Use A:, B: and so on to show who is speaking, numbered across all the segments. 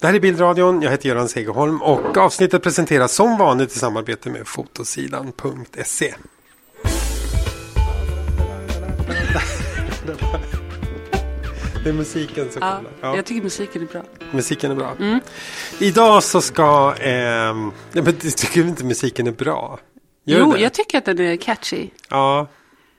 A: Det här är Bildradion, jag heter Göran Segerholm och avsnittet presenteras som vanligt i samarbete med fotosidan.se. Det är musiken som
B: Ja,
A: kommer.
B: Jag Mm. tycker musiken är bra.
A: Musiken är bra. Idag så ska... ehm, ja, men du tycker inte musiken är bra? Gör du
B: jo,
A: det?
B: jag tycker att den är catchy.
A: Ja.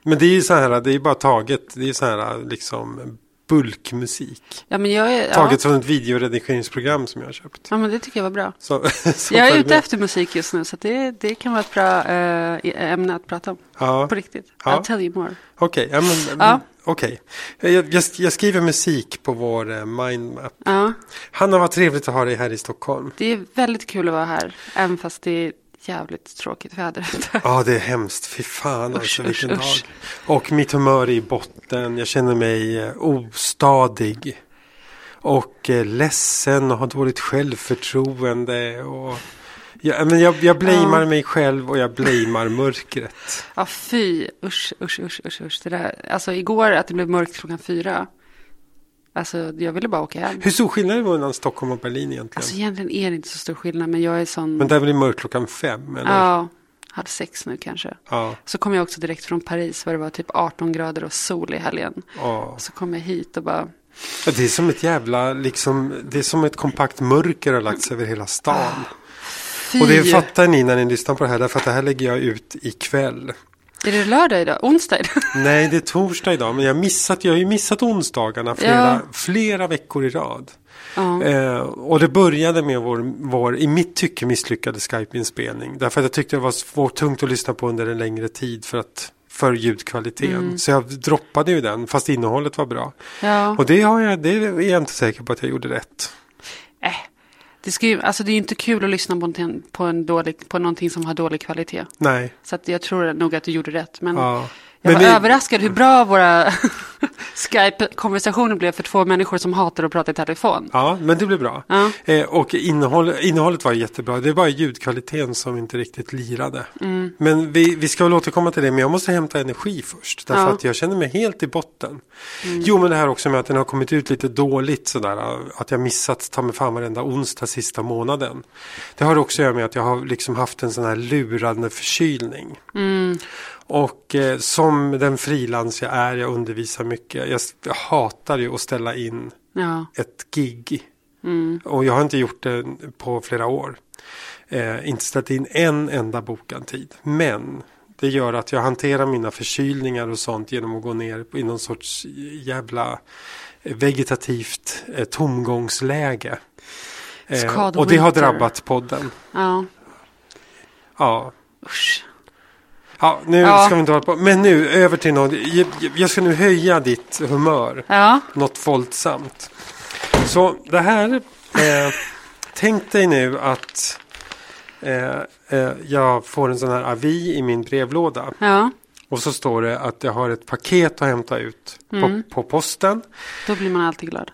A: Men det är ju så här, det är ju bara taget. Det är ju så här liksom bulkmusik.
B: Ja, men jag är, ja.
A: Taget från ett videoredigeringsprogram som jag har köpt.
B: ja, men det tycker jag var bra.
A: Så, så
B: Jag är
A: följ
B: ute
A: med.
B: efter musik just nu, så att det, det kan vara ett bra eh, ämne att prata om.
A: Ja.
B: På riktigt.
A: Ja.
B: I'll tell you more.
A: Okej, ja, men,
B: Ja.
A: okej. Jag, jag, jag skriver musik på vår eh, mindmap.
B: Ja,
A: Hanna, vad trevligt att ha dig här i Stockholm.
B: det är väldigt kul att vara här, även fast det är jävligt tråkigt väder.
A: Ja, ah, det är hemskt. Fy fan alltså,
B: Usch,
A: vilken
B: usch, usch.
A: dag. Och mitt humör är i botten. Jag känner mig eh, ostadig. Och eh, ledsen och har dåligt självförtroende. Och... Ja, men jag, jag blamear mig själv och jag blamear mörkret.
B: Ja, fy. Usch, usch, usch, usch, usch. Det där. Alltså, igår att det blev mörkt klockan fyra. Alltså, jag ville bara åka hem.
A: Hur stor skillnad är det mellan Stockholm och Berlin egentligen?
B: Alltså, egentligen är det inte så stor skillnad, men jag är sån...
A: Men där blir det mörkt klockan fem, eller?
B: Ja, hade sex nu kanske.
A: Ja.
B: Så kom jag också direkt från Paris, var det var typ 18 grader och sol i helgen.
A: Ja.
B: Så kom jag hit och bara,
A: Ja, Det är som ett jävla, liksom, det är som ett kompakt mörker har lagt sig över hela stan.
B: fy.
A: Och det fattar ni när ni lyssnar på det här, därför att det här lägger jag ut ikväll.
B: Är det lördag idag? Onsdag idag?
A: Nej, det är torsdag idag, men jag, har missat, jag har ju missat onsdagarna flera,
B: Ja.
A: flera veckor i rad.
B: Ja.
A: Eh, och det började med vår, vår, i mitt tycke, misslyckade Skype-inspelning. Därför att jag tyckte det var svårt, tungt att lyssna på under en längre tid för, att, för ljudkvaliteten. Så jag droppade ju den, fast innehållet var bra.
B: Mm. Ja.
A: Eh, Och det, har jag, det är jag inte säker på att jag gjorde rätt.
B: Äh. Det, ska ju, alltså det är ju inte kul att lyssna på, en, på, en dålig, på någonting som har dålig kvalitet.
A: Nej.
B: Så att jag tror nog att du gjorde rätt. Men
A: Ja. Men
B: jag var
A: vi-
B: överraskad hur bra våra Skype-konversationer blev för två människor som hatar att prata i telefon.
A: Ja, men det blev bra.
B: Ja.
A: Eh, och innehåll, innehållet var jättebra. Det var ljudkvaliteten som inte riktigt lirade.
B: Mm.
A: Men vi, vi ska väl återkomma till det. Men jag måste hämta energi först. Därför
B: Ja. Mm.
A: att jag känner mig helt i botten. Jo, men det här också med att den har kommit ut lite dåligt. Sådär, att jag missat ta mig fan varenda onsdag sista månaden. Det har också att göra med att jag har liksom haft en sån här lurande förkylning.
B: Mm.
A: Och eh, som den frilans jag är, jag undervisar mycket. Jag, s- jag hatar ju att ställa in
B: Ja.
A: ett gig. Och jag har inte gjort det på flera år. Eh, inte ställt in en enda bokad tid. Men det gör att jag hanterar mina förkylningar och sånt genom att gå ner på- i någon sorts jävla vegetativt eh, tomgångsläge.
B: It's
A: Eh,
B: called
A: och det har
B: winter.
A: drabbat podden.
B: ja.
A: Ja.
B: Usch.
A: Ja, nu
B: Ja.
A: ska vi inte hålla på. Men nu över till något. Jag, jag- jag ska nu höja ditt humör.
B: Ja.
A: Något våldsamt. Så det här. Eh, tänk dig nu att eh, eh, jag får en sån här avi i min brevlåda.
B: Ja.
A: Och så står det att jag har ett paket att hämta ut
B: Mm.
A: på, på posten.
B: Då blir man alltid glad.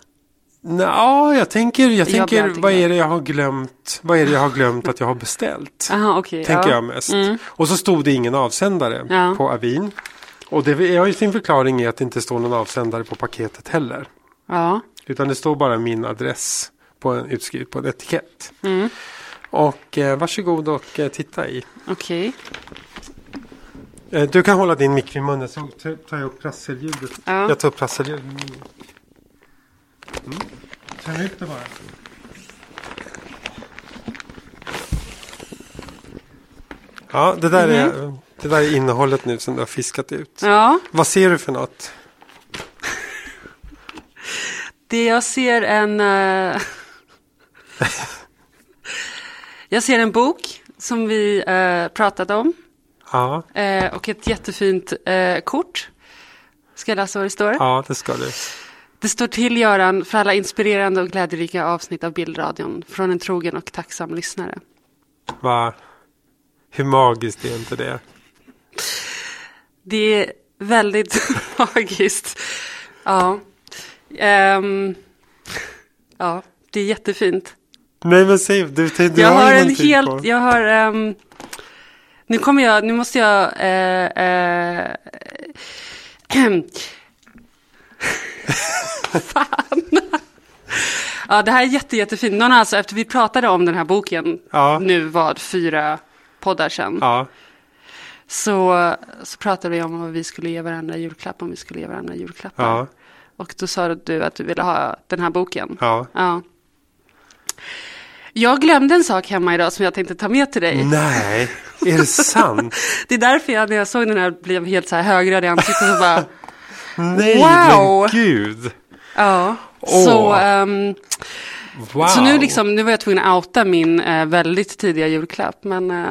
A: Nja, jag tänker, jag
B: blir
A: tänker
B: alltid
A: vad
B: glad.
A: är det jag har glömt? Vad är det jag har glömt att jag har beställt?
B: Aha, okej.
A: tänker
B: Ah, ja. Mm.
A: jag mest. Och så stod det ingen avsändare
B: Ja.
A: på avin. Och det har ju sin förklaring i att det inte står någon avsändare på paketet heller.
B: Ja.
A: Utan det står bara min adress på en, utskrivet på en etikett.
B: Mm.
A: Och eh, varsågod och eh, titta i.
B: Okej.
A: Eh, du kan hålla din mikrofon i munnen så tar jag upp prasseljudet.
B: Ja.
A: Jag tar upp prasseljudet. Töm upp det bara. Ja, det där, är, det där är innehållet nu som du har fiskat ut.
B: Mm-hmm. Ja,
A: Vad ser du för något?
B: det jag ser en... eh, jag ser en bok som vi eh, pratade om.
A: Ja,
B: eh, och ett jättefint eh, kort. Ska jag läsa vad det står?
A: ja det ska du.
B: Det står till Göran för alla inspirerande och glädjerika avsnitt av Bildradion från en trogen och tacksam lyssnare.
A: Va? Hur magiskt är inte det?
B: Det är väldigt magiskt. Ja. Ehm, ja, det är jättefint.
A: Nej men säg, du, du, du
B: jag har en
A: någonting
B: helt,
A: på.
B: jag har, ehm, nu kommer jag, nu måste jag, eh, eh, fan. ja, det här är jätte, jättefint. Någon har alltså, efter vi pratade om den här boken,
A: Ja.
B: nu vad, fyra poddar sedan,
A: Ja,
B: så, så pratade vi om vad vi skulle ge varandra i julklapp, om vi skulle ge varandra julklappar.
A: Ja.
B: Och då sa du att du ville ha den här boken.
A: ja.
B: Ja. Jag glömde en sak hemma idag som jag tänkte ta med till
A: Mm.
B: dig.
A: Nej, är det sant?
B: Det är därför jag när jag såg den här blev helt så här högröd i ansiktet och bara,
A: Nej
B: Wow.
A: men gud.
B: ja.
A: Åh.
B: Så, ehm,
A: Wow.
B: så nu, liksom, nu var jag tvungen att outa min eh, väldigt tidiga julklapp, men eh,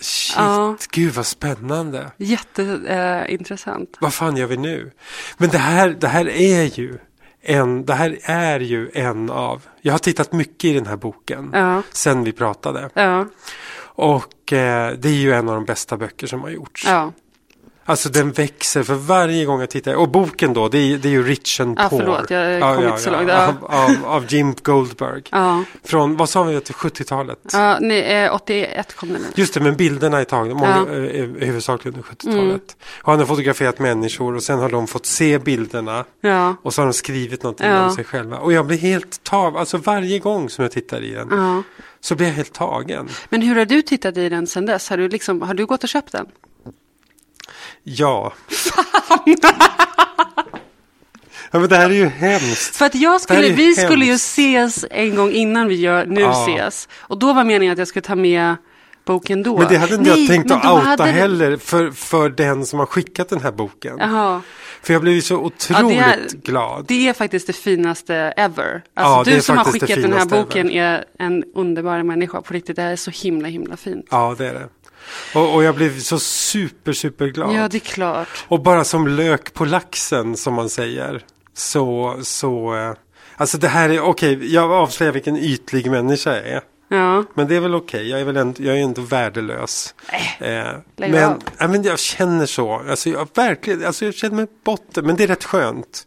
A: Shit,
B: Ja.
A: gud vad spännande.
B: eh, jätteintressant.
A: Vad fan gör vi nu? Men det här, det här är ju en, det här är ju en av, jag har tittat mycket i den här boken
B: Ja.
A: sen vi pratade.
B: ja,
A: Och eh, det är ju en av de bästa böcker som har gjorts.
B: ja.
A: Alltså den växer för varje gång jag tittar. Och boken då, det är, det är ju Rich and
B: Ja,
A: Poor.
B: förlåt, jag har kommit så långt. Ja.
A: Av, av, av Jim Goldberg.
B: ja.
A: Från, vad sa vi, till 70-talet?
B: ja nej, eh, 81 kom den ut.
A: Just det, men bilderna är tagna många,
B: Ja.
A: eh, eh, huvudsakligen under 70-talet. Och han har fotograferat människor och sen har de fått se bilderna
B: Ja,
A: och så har de skrivit någonting
B: Ja.
A: om sig själva. Och jag blir helt tagen, alltså varje gång som jag tittar i den
B: ja.
A: så blir jag helt tagen.
B: Men hur har du tittat i den sen dess? Har du, liksom, har du gått och köpt den?
A: Ja. ja men det här är ju hemskt.
B: För att jag
A: Det
B: skulle,
A: här är
B: vi
A: hemskt.
B: skulle ju ses en gång innan vi gör, nu
A: Ja.
B: ses. Och då var meningen att jag skulle ta med boken då.
A: Men det hade inte jag tänkt
B: men
A: att
B: då
A: outa
B: hade-
A: heller för, för den som har skickat den här boken.
B: Jaha.
A: För jag blev ju så otroligt glad.
B: Det är faktiskt det finaste ever.
A: Ja,
B: Alltså,
A: det är
B: du som har
A: faktiskt det
B: skickat den här
A: finaste
B: boken är en underbar människa på riktigt. Det här är så himla, himla fint.
A: Ja, det är det. Och, och jag blev så super, super glad.
B: Ja, det är klart.
A: Och bara som lök på laxen som man säger. Så, så. eh, Alltså det här är, okej, jag avslöjar vilken ytlig människa jag är.
B: Ja,
A: Men det är väl okej, jag är väl ändå, jag är inte värdelös. Eh,
B: lägg
A: men,
B: av.
A: ja, men jag känner så, alltså jag verkligen, alltså jag känner mig botten, men det är rätt skönt.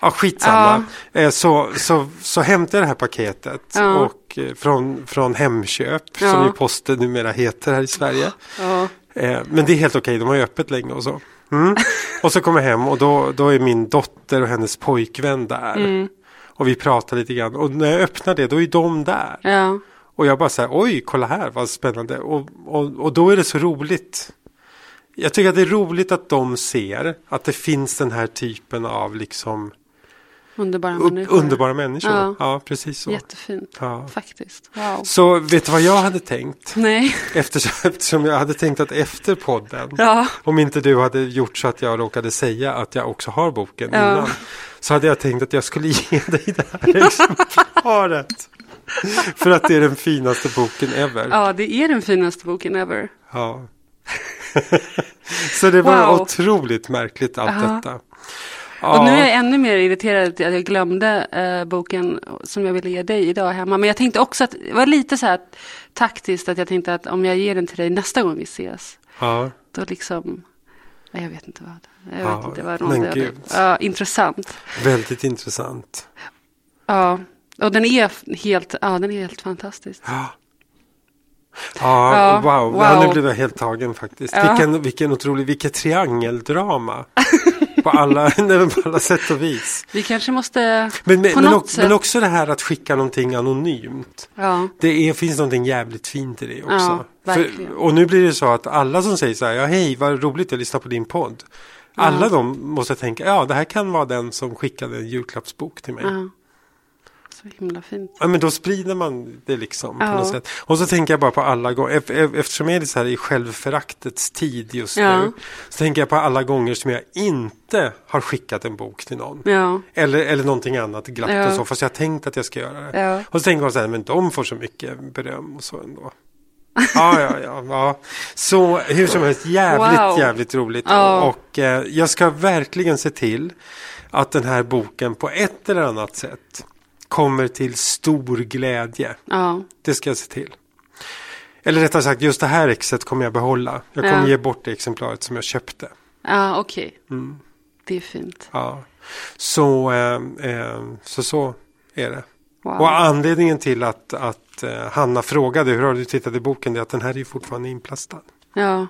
A: Ja, skitsamma. Eh, så, så, så hämtade jag det här paketet
B: Ja.
A: och, eh, från, från Hemköp,
B: Ja.
A: som ju posten numera heter här i Sverige.
B: ja.
A: Eh, men det är helt okej, de har ju öppet länge och så. Mm. Och så kommer jag hem och då, då är min dotter och hennes pojkvän där.
B: Mm.
A: Och vi pratar lite grann och när jag öppnar det då är de där.
B: ja.
A: Och jag bara så här, oj, kolla här vad spännande. Och, och, och då är det så roligt. Jag tycker att det är roligt att de ser att det finns den här typen av liksom
B: Underbara
A: upp,
B: människor.
A: underbara människor.
B: Ja.
A: Ja, precis så.
B: Jättefint,
A: Ja.
B: faktiskt. Wow.
A: Så vet du vad jag hade tänkt?
B: Nej,
A: Eftersom, eftersom jag hade tänkt att efter podden,
B: Ja.
A: om inte du hade gjort så att jag råkade säga att jag också har boken
B: Ja.
A: innan, så hade jag tänkt att jag skulle ge dig det här exemplaret. För att det är den finaste boken ever.
B: ja, det är den finaste boken ever.
A: Ja. så det var
B: Wow.
A: otroligt märkligt allt
B: Ja.
A: detta.
B: Och nu är
A: Ja,
B: jag ännu mer irriterad att jag glömde eh, boken som jag ville ge dig idag hemma. Men jag tänkte också att det var lite så här taktiskt att jag tänkte att om jag ger den till dig nästa gång vi ses,
A: ja,
B: då liksom, nej jag vet inte vad. Jag
A: Ja,
B: vet inte vad
A: men
B: någon
A: gud.
B: Ja, intressant.
A: väldigt intressant.
B: Ja, och den är f- helt, ja den är helt fantastisk.
A: Ja, ja,
B: Ja,
A: wow. Ja,
B: wow.
A: nu blev jag helt tagen faktiskt.
B: Ja.
A: Vilken, vilken otrolig, vilket triangeldrama. på, alla, nej, men på alla sätt och vis.
B: Vi kanske måste,
A: Men, men,
B: på
A: men,
B: något
A: också,
B: sätt.
A: men också det här att skicka någonting anonymt.
B: ja,
A: Det är, finns någonting jävligt fint i det också.
B: Ja, verkligen.
A: För, och nu blir det så att alla som säger så här, ja hej vad roligt att lyssna på din podd. Alla de måste tänka, ja det här kan vara den som skickade en julklappsbok till mig.
B: ja, Så himla fint.
A: Ja, men då sprider man det liksom på
B: Ja.
A: något sätt. Och så tänker jag bara på alla gånger, ef- ef- eftersom jag är så här i självföraktets tid just
B: Ja.
A: nu, så tänker jag på alla gånger som jag inte har skickat en bok till någon.
B: Ja.
A: Eller, eller någonting annat glatt
B: Ja.
A: och så, fast jag har tänkt att jag ska göra det.
B: Ja.
A: Och så tänker man så här, men de får så mycket beröm och så ändå. Ja, ja, ja, ja. Så hur som helst, jävligt,
B: Wow.
A: jävligt roligt.
B: Ja.
A: Och eh, jag ska verkligen se till att den här boken på ett eller annat sätt kommer till stor glädje.
B: Ja.
A: Det ska jag se till. Eller rättare sagt, just det här exet kommer jag behålla. Jag kommer
B: Ja.
A: ge bort det exemplaret som jag köpte.
B: Ja, okej.
A: Mm.
B: Det är fint.
A: Ja. Så, eh, eh, så så är det.
B: Wow.
A: Och anledningen till att, att eh, Hanna frågade hur har du tittat i boken, det är att den här är ju fortfarande inplastad.
B: Ja.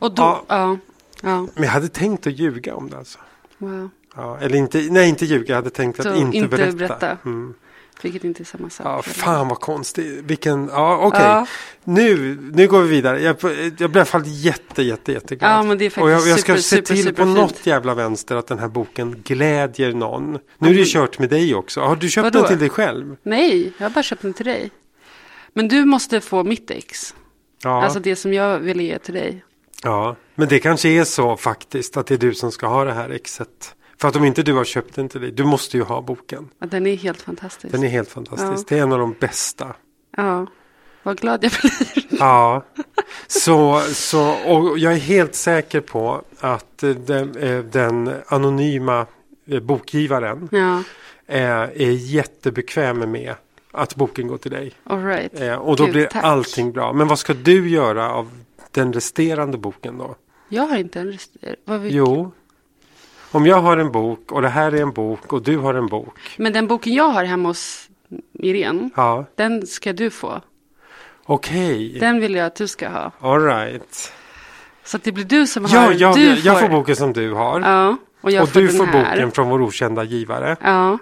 B: Och då,
A: Ja.
B: ja. ja.
A: Men jag hade tänkt att ljuga om det alltså.
B: wow.
A: Ja, eller inte, nej inte ljuga, jag hade tänkt att
B: Så
A: inte,
B: inte
A: berätta.
B: berätta.
A: Mm.
B: Vilket inte är samma sak.
A: Ja,
B: eller?
A: fan vad konstigt. Vilken, ja okej.
B: Ja.
A: Nu, nu går vi vidare. Jag, jag blev i alla fall jätte, jätte, jätteglad.
B: Ja, men det är faktiskt
A: Och jag, jag ska
B: super,
A: se
B: super,
A: till på
B: superfint.
A: något jävla vänster att den här boken glädjer någon. Nu är det ju kört med dig också. Har du köpt
B: Mm. Vadå?
A: den till dig själv?
B: Nej, jag har bara köpt den till dig. Men du måste få mitt ex.
A: Ja.
B: Alltså det som jag ville ge till dig.
A: Ja, men det kanske är så faktiskt att det är du som ska ha det här exet. För att om inte du har köpt den till dig, du måste ju ha boken.
B: Ja, Den är helt fantastisk.
A: Den är helt fantastisk. Det är en av de bästa.
B: Ja, vad glad jag blir.
A: Ja, så, så och jag är helt säker på att eh, den, eh, den anonyma eh, bokgivaren
B: Ja,
A: eh, är jättebekväm med att boken går till dig.
B: all right.
A: Eh, Och då
B: Gud,
A: blir
B: tack.
A: allting bra. Men vad ska du göra av den resterande boken då?
B: Jag har inte en rest- vad vi...
A: Jo. Om jag har en bok och det här är en bok och du har en bok.
B: Men den boken jag har hemma hos Irene,
A: Ja,
B: den ska du få.
A: okej.
B: Den vill jag att du ska ha.
A: All right.
B: Så att det blir du som
A: Ja,
B: har.
A: jag,
B: du
A: jag får boken som du har.
B: Ja, och jag
A: och
B: får
A: du
B: den
A: får
B: här.
A: boken från vår okända givare.
B: Ja,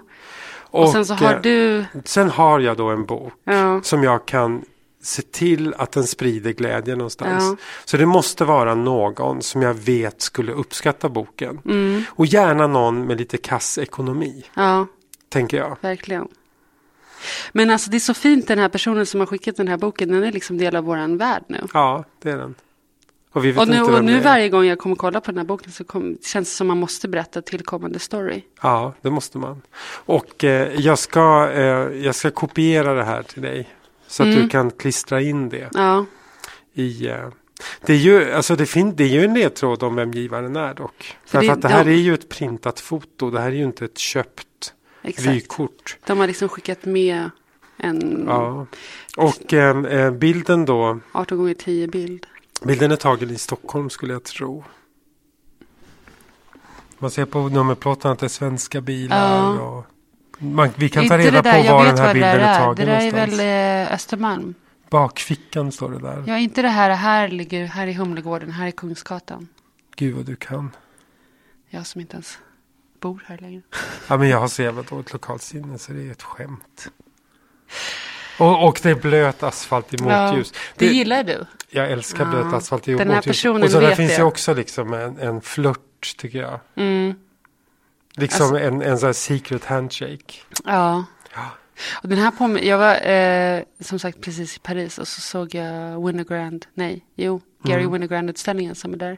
B: och, sen så har
A: eh,
B: du...
A: Sen har jag då en bok
B: Ja.
A: som jag kan se till att den sprider glädje någonstans.
B: Ja.
A: Så det måste vara någon som jag vet skulle uppskatta boken.
B: Mm.
A: Och gärna någon med lite kass ekonomi,
B: Ja,
A: tänker jag.
B: verkligen. Men alltså det är så fint den här personen som har skickat den här boken. Den är liksom del av våran värld nu.
A: Ja, det är den. Och vi vet
B: Och nu,
A: inte vem
B: och nu
A: det är.
B: varje gång jag kommer kolla på den här boken så kom, känns det som man måste berätta tillkommande story.
A: Ja, det måste man. Och eh, jag, ska, eh, jag ska kopiera det här till dig. Så att du
B: Mm.
A: kan klistra in det
B: Ja,
A: i... Eh, det, är ju, alltså det, fin- det är ju en ledtråd om vem givaren är dock. Därför
B: det-
A: att det här
B: de-
A: är ju ett printat foto. Det här är ju inte ett köpt
B: exakt.
A: vykort.
B: De har liksom skickat med en
A: Ja. Och eh, eh, bilden då.
B: 18 gånger 10 bild.
A: Bilden är tagen i Stockholm skulle jag tro. Man ser på nummerplåten att det är svenska bilar.
B: Ja.
A: Och man, vi kan
B: Det
A: ta
B: är inte
A: reda
B: det där,
A: på
B: jag
A: var
B: vet
A: den här
B: vad det
A: bilden
B: där
A: är
B: är.
A: tagen
B: Det där är
A: någonstans.
B: väl eh, Östermalm?
A: Bakfickan står det där.
B: Ja, inte det här. Här ligger, här i Humlegården, här i Kungsgatan.
A: Gud vad du kan.
B: Jag som inte ens bor här längre.
A: Ja, men jag har så jävla dåligt lokalt sinne så det är ett skämt. Och, och det är blöt asfalt i motljus.
B: det,
A: Det-
B: gillar du.
A: Jag älskar
B: Ja.
A: blöt asfalt i
B: Den här
A: motljus.
B: personen
A: Och så där
B: vet
A: finns
B: det.
A: ju också liksom en, en flört tycker jag.
B: Mm,
A: Liksom
B: Alltså-
A: en, en sån här secret handshake.
B: Ja.
A: Ja.
B: Och den här påminner, jag var eh, som sagt precis i Paris och så såg jag Winogrand, nej, jo, Gary
A: Mm.
B: Winogrand-utställningen som är där.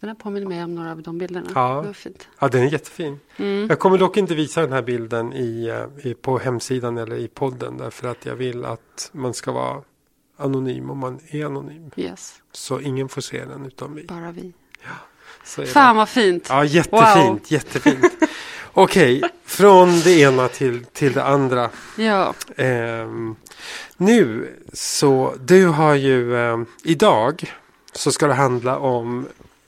B: Den här påminner mig om några av de bilderna.
A: Ja.
B: Det var fint.
A: Ja, den är jättefin.
B: Mm.
A: Jag kommer dock inte visa den här bilden i, eh, i, på hemsidan eller i podden. Därför att jag vill att man ska vara anonym om man är anonym.
B: Yes,
A: Så ingen får se den utom vi.
B: bara vi.
A: Så är det.
B: Fan vad fint.
A: Ja, jättefint,
B: Wow.
A: jättefint. Okej, från det ena till, till det andra.
B: Ja,
A: Ehm, nu så, du har ju, ehm, idag så ska det handla om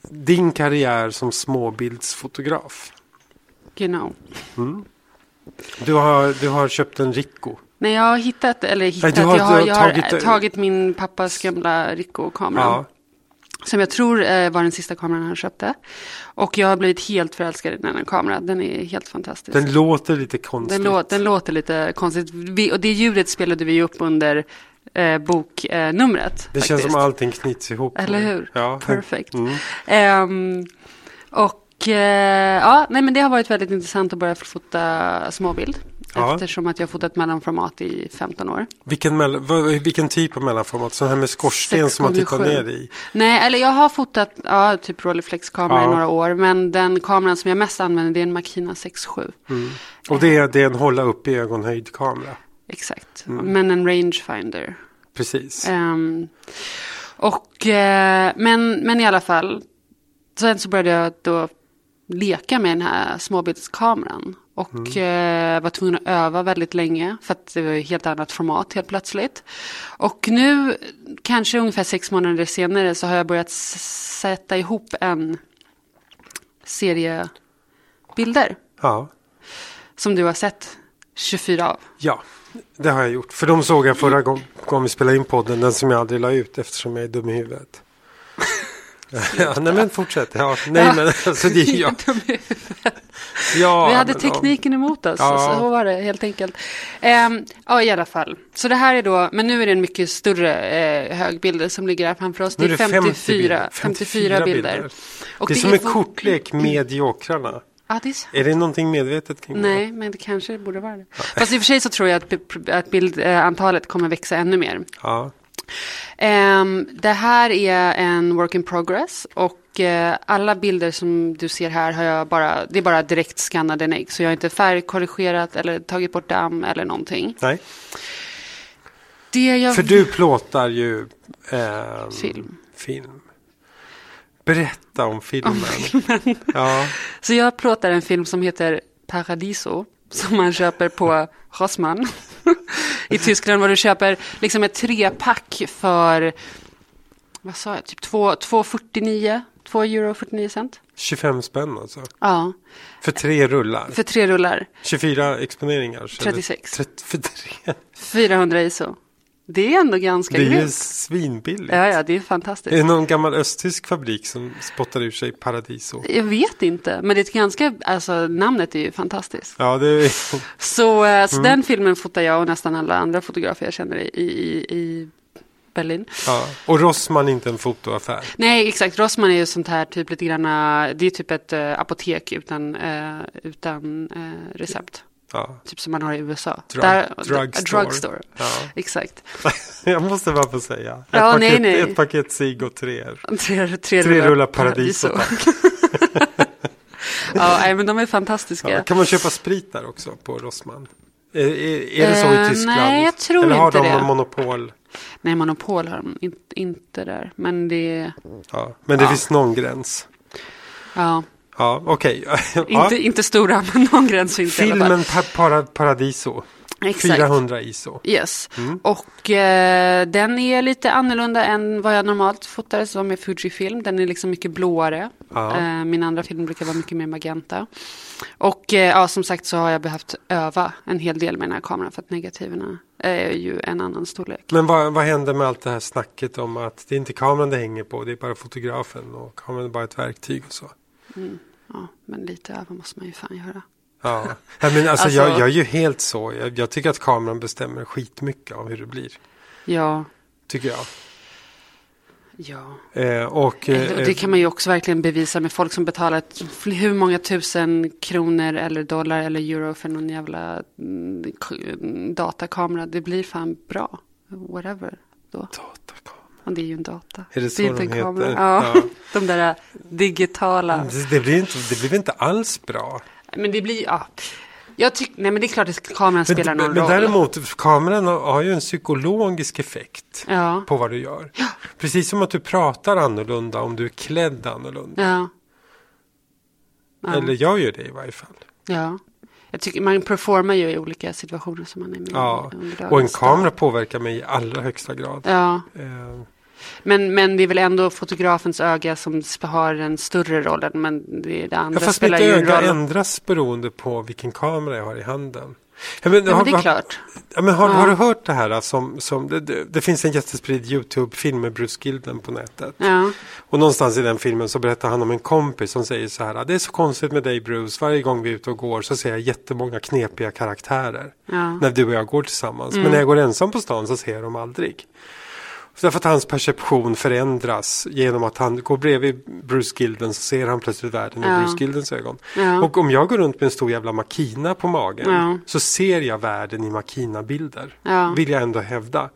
A: din karriär som småbildsfotograf.
B: you know.
A: Du har, du har köpt en Ricoh.
B: Nej, jag har hittat, eller hittat,
A: du har-
B: jag har,
A: du har
B: jag har
A: tagit-
B: tagit, tagit min pappas gamla Ricoh-kamera.
A: Ja.
B: Som jag tror eh, var den sista kameran han köpte. Och jag har blivit helt förälskad i den här kameran. Den är helt fantastisk.
A: Den låter lite konstigt.
B: Den, lå- den låter lite konstigt. Vi, och det ljudet spelade vi ju upp under eh, boknumret. Eh, numret,
A: det känns Mm.
B: faktiskt.
A: som allting knyts ihop.
B: Eller hur?
A: Ja.
B: Perfect.
A: Mm.
B: Ehm, och Och eh, ja, nej men det har varit väldigt intressant att börja fota småbild.
A: Ja.
B: Eftersom att jag har fotat mellanformat i 15 år.
A: Vilken, mell- vad- vilken typ av mellanformat? Sån här med skorsten
B: Sex
A: som man tittar
B: gånger
A: ner
B: sju.
A: i?
B: Nej, eller jag har fotat ja, typ rollreflexkamera i
A: Ja.
B: några år. Men den kameran som jag mest använder det är en Makina 6.7.
A: Mm. Och det är, det är en hålla upp i ögonhöjd kamera.
B: Exakt.
A: Mm.
B: Men en rangefinder.
A: Precis.
B: Ehm, och, eh, men, men i alla fall. Sen så började jag då leka med den här småbildskameran. Och eh, var tvungen att öva väldigt länge. För att det var ju helt annat format helt plötsligt. Och nu, kanske ungefär sex månader senare, så har jag börjat s- sätta ihop en serie bilder.
A: Ja.
B: Som du har sett 24 av.
A: ja, det har jag gjort. För de såg jag förra gång- gången vi spelade in podden. Den som jag aldrig la ut eftersom jag är dum i huvudet. ja, nej men fortsätt. Ja, nej men alltså det är jag. Ja,
B: Vi hade
A: men, ja.
B: tekniken emot oss,
A: Ja.
B: så var det helt enkelt. Ehm, ja, i alla fall. Så det här är då, men nu är det en mycket större eh, högbilder som ligger här framför oss. Det
A: Nu
B: är,
A: är det
B: 54,
A: 50 bilder.
B: 54 bilder.
A: bilder.
B: Och
A: det är som en
B: vår-
A: kortlek med jokrarna.
B: Ja, det är sant.
A: Är det någonting medvetet kring det?
B: Nej, men det kanske borde vara det. Fast i och för sig så tror jag att, b- att bildantalet kommer växa ännu mer.
A: Ja.
B: Ehm, det här är en work in progress och eh, alla bilder som du ser här har jag bara, det är bara direkt skannade negg. Så jag har inte färgkorrigerat eller tagit bort damm eller någonting.
A: Nej.
B: Det jag
A: För du plåtar ju ehm,
B: Film.
A: film. Berätta om filmen. Ja,
B: Så jag plåtar en film som heter Paradiso som man köper på Rossmann i Tyskland. Var du köper liksom ett trepack för, vad sa jag, typ 2 2,49, 2 euro 49 cent.
A: 25 spänn alltså.
B: Ja,
A: För tre rullar.
B: för tre rullar,
A: 24 exponeringar. så
B: 36.
A: eller 30 för tre.
B: 400 ISO. Det är ändå ganska
A: Det är ju
B: grymt.
A: svinbilligt.
B: Ja, ja, det är
A: Är det
B: fantastiskt.
A: någon gammal östtysk fabrik som spottar ur sig Paradiso?
B: Jag vet inte, men det är ett ganska, alltså namnet är ju fantastiskt.
A: Ja, det är...
B: Så, eh,
A: Mm.
B: så den filmen fotar jag och nästan alla andra fotografer jag känner i, i, i Berlin.
A: Ja. Och Rossmann är inte en fotoaffär.
B: Nej, exakt. Rossmann är ju sånt här typ lite granna, det är typ ett eh, apotek utan, eh, utan eh, recept.
A: Ja.
B: Typ som man har i USA.
A: Drug- drugstore.
B: drugstore. drugstore.
A: Ja.
B: Exakt.
A: Jag måste bara få säga. Ett
B: Ja, nej,
A: paket,
B: nej.
A: Ett paket cigg och tre. öl.
B: Tre, tre,
A: Tre rullar Paradiso,
B: ja, nej, men de är fantastiska.
A: Ja. Kan man köpa sprit där också på Rossmann? Är, är, är det så i
B: Eh,
A: Tyskland?
B: nej, jag tror
A: Eller har
B: inte
A: de
B: det.
A: någon monopol?
B: Nej, Monopol har de in, inte där. Men det,
A: Ja. Men det finns någon gräns.
B: ja.
A: Ja, okej.
B: Inte, inte stora, men någon gräns
A: ja.
B: finns i alla fall.
A: Filmen pa para Paradiso.
B: Exakt.
A: 400 ISO.
B: Yes. Och eh, den är lite annorlunda än vad jag normalt fotar som är Fujifilm. Den är liksom mycket blåare.
A: Ja.
B: Eh, min andra film brukar vara mycket mer magenta. Och eh, ja, som sagt så har jag behövt öva en hel del med den här kameran för att negativerna är ju en annan storlek.
A: Men vad, vad händer med allt det här snacket om att det är inte kameran det hänger på, det är bara fotografen och kameran är bara ett verktyg och så.
B: Ja, men lite öva måste man ju fan göra.
A: Ja, Nej, men alltså,
B: Alltså-
A: Jag, jag är ju helt så. Jag, jag tycker att kameran bestämmer skitmycket av hur det blir.
B: Ja,
A: Tycker jag.
B: ja.
A: Eh, och, eh,
B: Alltså, Det kan man ju också verkligen bevisa med folk som betalat fl- hur många tusen kronor eller dollar eller euro för någon jävla mm, k- datakamera. Det blir fan bra. Whatever. Då.
A: Datakamera.
B: Och det är ju en data.
A: Är det så
B: är inte
A: de
B: en
A: heter?
B: kamera. Ja,
A: Ja.
B: De där äh, digitala.
A: Det, det, blir inte, det blir inte alls bra.
B: Men det blir, ja. Jag tycker, nej men det är klart att kameran spelar
A: Men,
B: någon
A: men
B: roll.
A: däremot, kameran har- har ju en psykologisk effekt
B: Ja.
A: på vad du gör. Precis som att du pratar annorlunda om du är klädd annorlunda.
B: Ja,
A: Eller jag gör det i varje fall.
B: ja. Jag tycker man performar ju i olika situationer som man är med i
A: Ja.
B: under
A: Och en
B: dagens dag.
A: kamera påverkar mig i allra högsta grad.
B: Ja.
A: Eh,
B: Men, men det är väl ändå fotografens öga som sp- har den större rollen. Men det, det andra
A: Ja, fast mitt
B: spelar ju en
A: öga
B: roll.
A: ändras beroende på vilken kamera jag har i handen. Ja, men,
B: Ja,
A: har,
B: men det är klart.
A: Ja, men har, har du hört det här? Som, som, det, det, det finns en jättespridd YouTube-film med Bruce Gilden på nätet.
B: Ja.
A: Och någonstans i den filmen så berättar han om en kompis som säger så här. "Ah, Det är så konstigt med dig Bruce. Varje gång vi är ute och går så ser jag jättemånga knepiga karaktärer.
B: Ja. Mm.
A: När du och jag går tillsammans. Men när jag går ensam på stan så ser jag dem aldrig. Därför att hans perception förändras genom att han går bredvid Bruce Gilden så ser han plötsligt världen
B: Ja.
A: i Bruce Gildens ögon.
B: Ja.
A: Och om jag går runt med en stor jävla makina på magen
B: Ja.
A: så ser jag världen i makina-bilder.
B: Ja.
A: Vill jag ändå hävda.